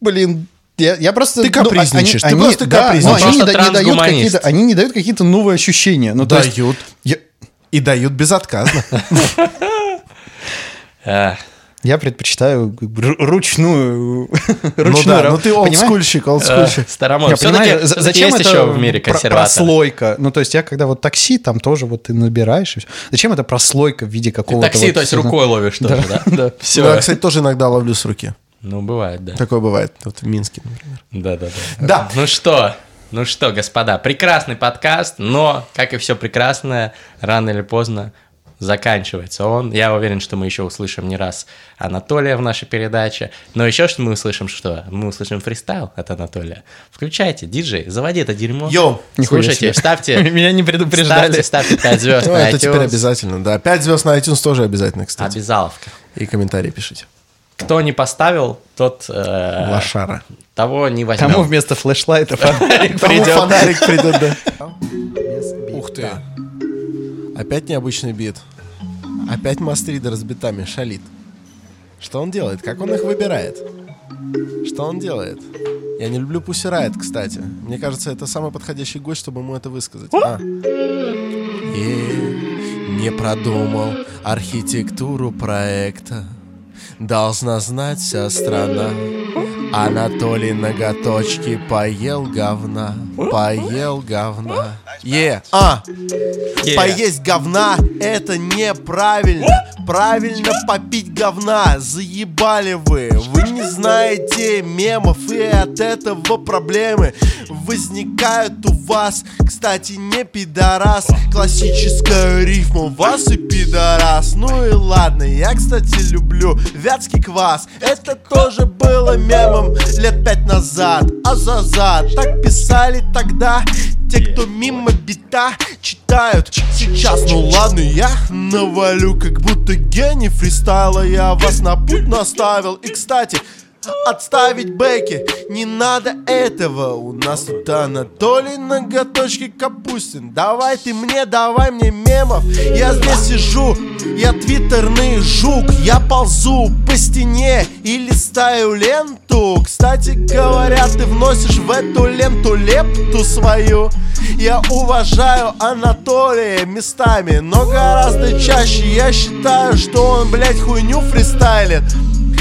[SPEAKER 3] блин, я, я просто...
[SPEAKER 2] Ты
[SPEAKER 3] ну, а-
[SPEAKER 2] капризничаешь, ты
[SPEAKER 3] они,
[SPEAKER 2] просто
[SPEAKER 3] да, но
[SPEAKER 2] капризничаешь.
[SPEAKER 3] они, не,
[SPEAKER 1] Просто
[SPEAKER 3] да- не дают
[SPEAKER 1] трансгуманист.
[SPEAKER 3] какие-то, они не дают какие-то новые ощущения. Ну, то есть,
[SPEAKER 2] Дают.
[SPEAKER 3] я,
[SPEAKER 2] И дают
[SPEAKER 3] (laughs)
[SPEAKER 2] безотказно.
[SPEAKER 1] А,
[SPEAKER 3] я предпочитаю как бы, ру- ручную... (laughs)
[SPEAKER 2] Ну
[SPEAKER 3] ручную
[SPEAKER 2] да,
[SPEAKER 3] раб-
[SPEAKER 2] ну ты
[SPEAKER 3] Понимаешь? Э,
[SPEAKER 2] олдскульщик, олдскульщик.
[SPEAKER 1] Старомод.
[SPEAKER 3] Я
[SPEAKER 1] э, Всё-таки-
[SPEAKER 3] понимаю, за-
[SPEAKER 1] всё-таки
[SPEAKER 3] зачем
[SPEAKER 1] есть
[SPEAKER 3] это
[SPEAKER 1] еще в мире
[SPEAKER 3] про-
[SPEAKER 1] консерватор?
[SPEAKER 3] прослойка? Ну, то есть я когда вот такси, там тоже вот ты набираешь. и всё. Зачем это прослойка в виде какого-то...
[SPEAKER 1] Такси,
[SPEAKER 3] вот,
[SPEAKER 1] то есть
[SPEAKER 3] не знаю,
[SPEAKER 1] рукой ловишь тоже, да?
[SPEAKER 3] Да.
[SPEAKER 1] Все.
[SPEAKER 2] Ну, Я, кстати, тоже иногда ловлю с руки.
[SPEAKER 1] Ну, бывает, да.
[SPEAKER 2] Такое бывает. Вот в Минске, например.
[SPEAKER 1] Да, да, да.
[SPEAKER 2] Да.
[SPEAKER 1] Ну что, Ну что, господа, прекрасный подкаст, но, как и все прекрасное, рано или поздно заканчивается он. Я уверен, что мы еще услышим не раз Анатолия в нашей передаче. Но еще что мы услышим, что? Мы услышим фристайл от Анатолия. Включайте, диджей, заводи это дерьмо.
[SPEAKER 2] Йоу,
[SPEAKER 3] нихуя
[SPEAKER 1] Слушайте,
[SPEAKER 3] себе. (laughs)
[SPEAKER 1] ставьте,
[SPEAKER 3] Меня не предупреждали.
[SPEAKER 1] ставьте, ставьте 5 звезд
[SPEAKER 2] Ну,
[SPEAKER 1] на
[SPEAKER 2] это теперь
[SPEAKER 1] Э, iTunes.
[SPEAKER 2] обязательно, да. 5 звезд на iTunes тоже обязательно, кстати.
[SPEAKER 1] Обязаловка.
[SPEAKER 2] И комментарии пишите.
[SPEAKER 1] Кто не поставил, тот э,
[SPEAKER 2] Лошара.
[SPEAKER 1] того не возьмет.
[SPEAKER 3] Кому
[SPEAKER 1] (laughs)
[SPEAKER 3] вместо флешлайта фонарик
[SPEAKER 2] Тому
[SPEAKER 3] придет?
[SPEAKER 2] фонарик придет, да. Ух ты. Опять необычный бит. Опять мастридер с битами шалит. Что он делает? Как он их выбирает? Что он делает? Я не люблю пусирает, кстати. Мне кажется, это самый подходящий гость, чтобы ему это высказать. А. И не продумал архитектуру проекта. Должна знать вся страна. Анатолий ноготочки поел говна. Поел говна. Е. А. Поесть говна это неправильно. Правильно попить говна. Заебали вы. Вы не знаете мемов и от этого проблемы возникают у вас. Кстати, не пидорас. Классическая рифма. Вас и пидорас. Ну и ладно. Я, кстати, люблю вятский квас. Это тоже было мемом лет пять назад. А за за так писали тогда. Те, кто мимо бита читают сейчас Ну ладно, я навалю, как будто гений фристайла Я вас на путь наставил И, кстати, отставить бэки Не надо этого У нас тут Анатолий ноготочки Капустин Давай ты мне, давай мне мемов Я здесь сижу, я твиттерный жук Я ползу по стене и листаю ленту Кстати говоря, ты вносишь в эту ленту лепту свою Я уважаю Анатолия местами Но гораздо чаще я считаю, что он, блядь, хуйню фристайлит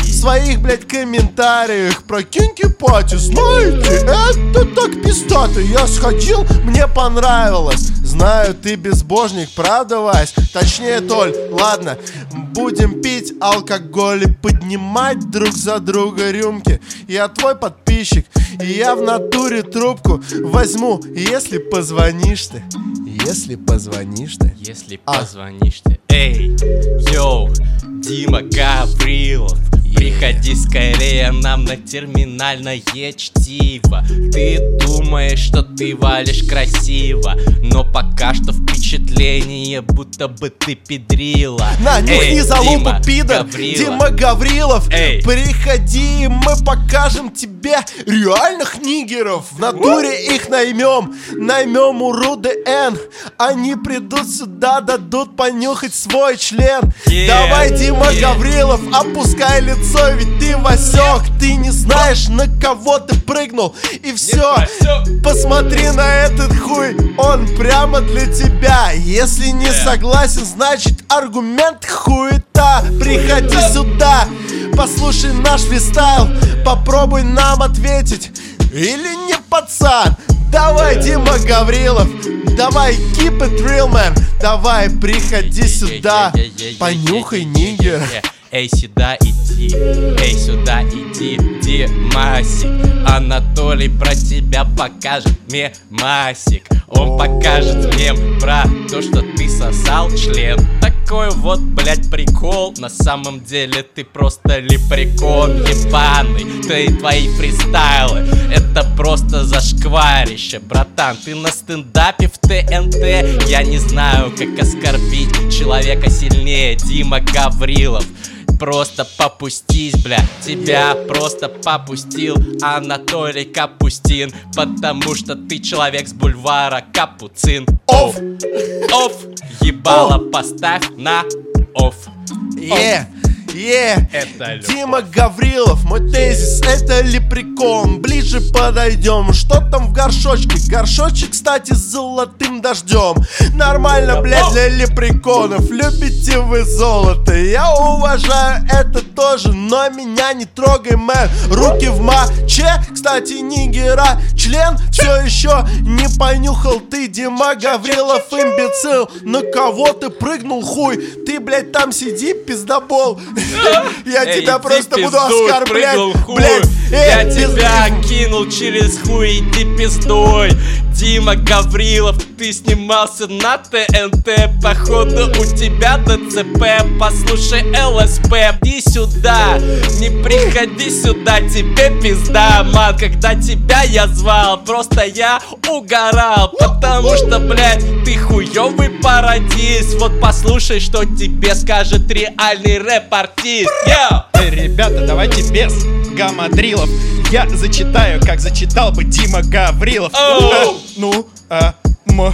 [SPEAKER 2] в своих, блядь, комментариях про Кинки Пати Знаете, это так пиздато Я сходил, мне понравилось Знаю, ты безбожник, правда, Вась? Точнее, Толь, ладно Будем пить алкоголь и поднимать друг за друга рюмки Я твой подписчик, и я в натуре трубку возьму Если позвонишь ты, если позвонишь ты
[SPEAKER 1] Если
[SPEAKER 2] А.
[SPEAKER 1] позвонишь ты, эй, йоу, Дима Гаврилов, приходи скорее нам на терминальное чтиво. Ты думаешь, что ты валишь красиво, но пока что впечатление, будто бы ты педрила.
[SPEAKER 2] На,
[SPEAKER 1] Эй,
[SPEAKER 2] нюхни залупу,
[SPEAKER 1] Дима
[SPEAKER 2] пидор
[SPEAKER 1] Гаврилов.
[SPEAKER 2] Дима Гаврилов
[SPEAKER 1] Эй.
[SPEAKER 2] Приходи, и мы покажем тебе реальных нигеров В натуре их наймем Наймем уроды Н Они придут сюда, дадут понюхать свой член
[SPEAKER 1] Е,
[SPEAKER 2] Давай, Дима
[SPEAKER 1] е.
[SPEAKER 2] Гаврилов, опускай лицо Ведь ты, Васек, ты не знаешь, на кого ты прыгнул И все,
[SPEAKER 1] Васек.
[SPEAKER 2] посмотри на этот хуй Он прямо для тебя Если не
[SPEAKER 1] Е.
[SPEAKER 2] согласен, значит аргумент хуета Приходи сюда, послушай наш фристайл Попробуй нам ответить Или не пацан Давай, Дима Гаврилов Давай, keep it real, man Давай, приходи сюда Понюхай нигер
[SPEAKER 1] Эй, сюда иди, эй, сюда иди, Димасик Анатолий про тебя покажет мне Масик Он покажет мне про то, что ты сосал член Такой вот, блядь, прикол На самом деле ты просто лепрекон ебаный Ты твои фристайлы, это просто зашкварище Братан, ты на стендапе в ТНТ Я не знаю, как оскорбить человека сильнее Дима Гаврилов Просто попустись, бля Тебя просто попустил Анатолий Капустин Потому что ты человек с бульвара Капуцин
[SPEAKER 2] Оф.
[SPEAKER 1] Оф Ебало поставь на оф
[SPEAKER 2] Е, е,
[SPEAKER 1] Это любовь.
[SPEAKER 2] Дима Гаврилов, мой тезис, это лепрекон Ближе подойдем, что там в горшочке? Горшочек, кстати, с золотым дождем Нормально, блядь, для лепреконов Любите вы золото, я уважаю это тоже, но но меня не трогай, мэн Руки в моче, кстати, нигера Член все еще не понюхал Ты, Дима Гаврилов, имбецил На кого ты прыгнул, хуй? Ты, блядь, там сиди, пиздобол (laughs) Я
[SPEAKER 4] Эй,
[SPEAKER 2] тебя
[SPEAKER 4] иди
[SPEAKER 2] просто буду
[SPEAKER 4] пиздуй,
[SPEAKER 2] оскорблять
[SPEAKER 4] прыгнул хуй.
[SPEAKER 2] Блядь,
[SPEAKER 4] Я
[SPEAKER 2] эй, пизд-
[SPEAKER 4] тебя кинул через хуй, иди пиздой. Дима Гаврилов, ты снимался на ТНТ Походу у тебя ДЦП Послушай ЛСП Иди сюда, не приходи сюда Тебе пизда, мат Когда тебя я звал, просто я угорал Потому что, блядь, ты хуёвый пародист Вот послушай, что тебе скажет реальный рэп-артист Йоу!
[SPEAKER 3] Эй, Э, Ребята, давайте без гамадрилов Я зачитаю, как зачитал бы Дима Гаврилов Э,
[SPEAKER 4] Оу.
[SPEAKER 3] Ну, а, м, а,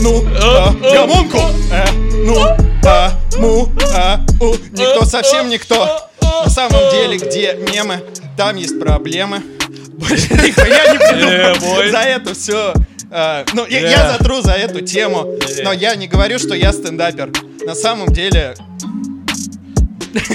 [SPEAKER 3] ну, а,
[SPEAKER 4] э,
[SPEAKER 3] гомунку Э, Ну, а, му, а, у Никто совсем никто На самом деле, где мемы, там есть проблемы Больше нихуя не
[SPEAKER 4] Yeah, boy.
[SPEAKER 3] придумал За это все ну, я, я
[SPEAKER 4] Yeah.
[SPEAKER 3] затру за эту тему,
[SPEAKER 4] Yeah.
[SPEAKER 3] но я не говорю, что я стендапер. На самом деле,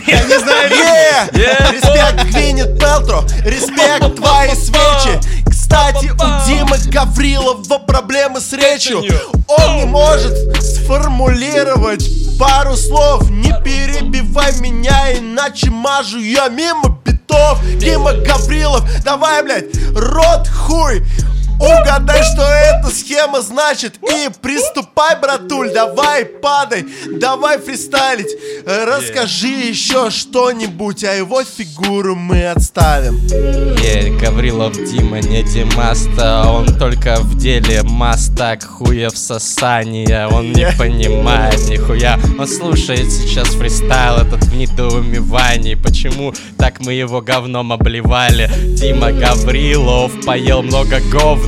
[SPEAKER 3] я не
[SPEAKER 4] (laughs)
[SPEAKER 3] знаю,
[SPEAKER 2] Е!
[SPEAKER 4] Е!
[SPEAKER 2] Респект Гвинет Пелтро, респект твои свечи. Кстати, у Димы Гаврилова проблемы с речью. Он не может сформулировать пару слов. Не перебивай меня, иначе мажу я мимо битов. Дима Гаврилов, давай, блядь, рот хуй. Угадай, что эта схема значит И приступай, братуль, давай падай Давай фристайлить Расскажи еще что-нибудь А его фигуру мы отставим
[SPEAKER 4] Е, Гаврилов Дима не Димаста Он только в деле мастак Хуев сосания Он не понимает нихуя Он слушает сейчас фристайл Этот в недоумевании Почему так мы его говном обливали Дима Гаврилов Поел много говнов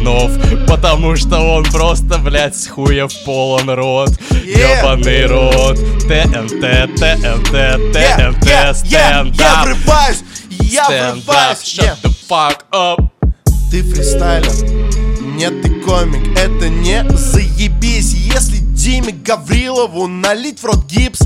[SPEAKER 4] Потому что он просто, блядь, с хуев полон рот
[SPEAKER 2] Е.
[SPEAKER 4] Ёбаный рот ТНТ, ТНТ,
[SPEAKER 2] Я, я,
[SPEAKER 4] ТНТ,
[SPEAKER 2] я, я
[SPEAKER 4] стендап
[SPEAKER 2] врываюсь Я
[SPEAKER 4] Stand up,
[SPEAKER 2] врываюсь
[SPEAKER 4] shut
[SPEAKER 2] Е,
[SPEAKER 4] the fuck up.
[SPEAKER 2] Ты фристайлер Нет, ты комик Это не заебись Если Диме Гаврилову налить в рот гипс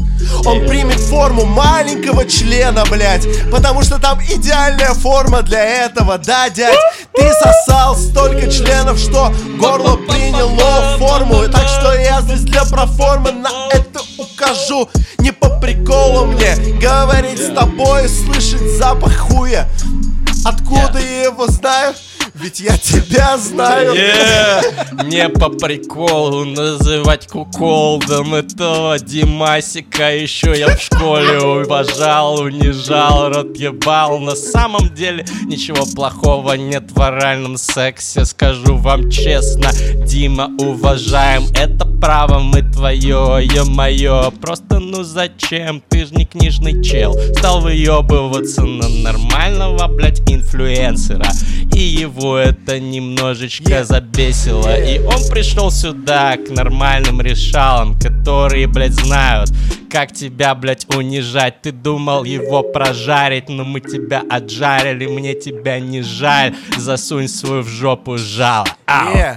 [SPEAKER 2] Он примет форму маленького члена, блядь Потому что там идеальная форма для этого Да, дядь? Ты сосал столько членов, что горло приняло форму Так что я здесь для проформы На это укажу Не по приколу мне Говорить с тобой и слышать запах хуя Откуда я его знаю? Ведь я тебя знаю.
[SPEAKER 4] Не по приколу называть куколдом этого Димасика еще я в школе уважал, унижал, рот ебал. На самом деле ничего плохого нет в оральном сексе, скажу вам честно. Дима, уважаем, это право мы твое, е-мое. Просто ну зачем, ты ж не книжный чел. Стал выебываться на нормального, блять, инфлюенсера. И его это немножечко забесило. И он пришел сюда к нормальным решалам, которые, блядь, знают, как тебя, блядь, унижать. Ты думал его прожарить, но мы тебя отжарили, мне тебя не жаль. Засунь свою в жопу жало. А. Ау.
[SPEAKER 2] Е,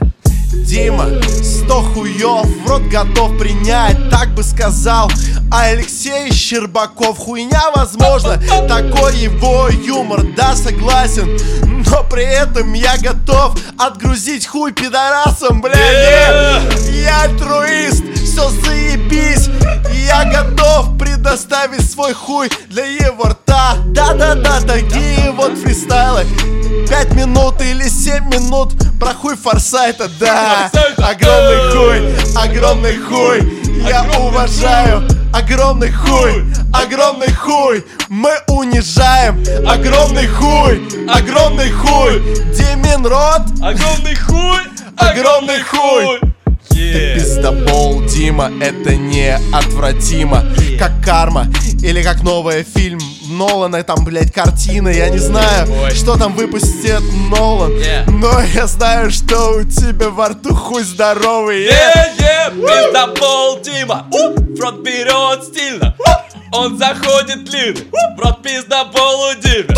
[SPEAKER 2] Дима, сто хуев в рот готов принять, так бы сказал Алексей Щербаков. Хуйня, возможно, такой его юмор, да, согласен. Но при этом я готов отгрузить хуй пидорасом, бля. е. Я альтруист, все заебись. Я готов предоставить свой хуй для его рта. Да-да-да, такие вот фристайлы. Пять минут или семь минут про хуй форсайта, да.
[SPEAKER 4] Форсайта,
[SPEAKER 2] А, Огромный
[SPEAKER 4] да.
[SPEAKER 2] хуй, огромный хуй. Я уважаю огромный хуй, огромный хуй. Мы унижаем огромный хуй, огромный хуй. Димин рот,
[SPEAKER 4] Огромный хуй!
[SPEAKER 2] огромный хуй.
[SPEAKER 4] Yeah.
[SPEAKER 2] Пиздобол, Дима, это неотвратимо Как карма или как новый фильм Нолана, там, блядь, картина Я не знаю,
[SPEAKER 4] Ой.
[SPEAKER 2] что там выпустит Нолан
[SPEAKER 4] Yeah.
[SPEAKER 2] Но я знаю, что у тебя во рту хуй здоровый е.
[SPEAKER 4] Е-е, пиздобол Дима У, В рот берет стильно Он заходит длинный В рот пиздобол у Димы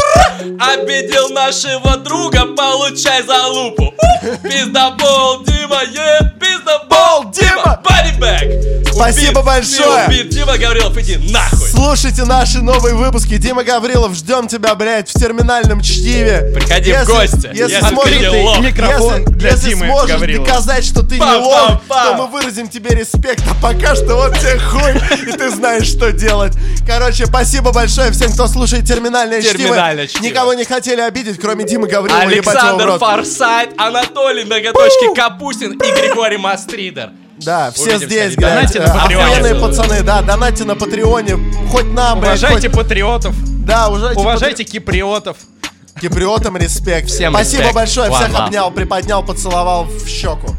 [SPEAKER 4] Обидел нашего друга Получай залупу У, Пиздобол Дима Е, пиздобол
[SPEAKER 2] Пол, Дима! Спасибо!
[SPEAKER 4] Бодибэк!
[SPEAKER 2] Спасибо большое!
[SPEAKER 4] Убит Дима Гаврилов, иди нахуй!
[SPEAKER 2] Слушайте наши новые выпуски. Дима Гаврилов, ждем тебя, блядь, в терминальном чтиве.
[SPEAKER 4] Приходи в гости.
[SPEAKER 2] Если
[SPEAKER 4] Я
[SPEAKER 2] сможешь,
[SPEAKER 4] открытый
[SPEAKER 2] ты-
[SPEAKER 4] лох.
[SPEAKER 5] Микрофон
[SPEAKER 2] если,
[SPEAKER 5] для
[SPEAKER 2] если
[SPEAKER 5] Димы
[SPEAKER 2] сможешь
[SPEAKER 5] Гаврилова.
[SPEAKER 2] доказать, что ты не
[SPEAKER 4] Пам,
[SPEAKER 2] лох,
[SPEAKER 4] пам, пам.
[SPEAKER 2] то мы выразим тебе респект. А пока что вот тебе хуй, и ты знаешь, что делать. Короче, спасибо большое всем, кто слушает терминальное,
[SPEAKER 4] Терминальное
[SPEAKER 2] чтиво.
[SPEAKER 4] чтиво.
[SPEAKER 2] Никого не хотели обидеть, кроме Димы Гаврилова. ебать его в
[SPEAKER 4] Александр
[SPEAKER 2] рот.
[SPEAKER 4] Форсайт, Анатолий Ноготочки Капустин и Григорий Мастридер.
[SPEAKER 2] Да, все
[SPEAKER 4] Увидимся,
[SPEAKER 2] здесь,
[SPEAKER 4] ребят.
[SPEAKER 2] блядь.
[SPEAKER 4] Донатьте на Патреоне.
[SPEAKER 2] Охуенные пацаны, да, донатьте на Патреоне. Хоть нам, блядь,
[SPEAKER 5] Уважайте
[SPEAKER 2] хоть-
[SPEAKER 5] патриотов,
[SPEAKER 2] Да, уважайте.
[SPEAKER 5] уважайте киприотов.
[SPEAKER 2] Киприотам респект.
[SPEAKER 4] Всем
[SPEAKER 2] Спасибо
[SPEAKER 4] респект.
[SPEAKER 2] большое,
[SPEAKER 4] Вам,
[SPEAKER 2] всех
[SPEAKER 4] вам.
[SPEAKER 2] обнял, приподнял, поцеловал в щеку.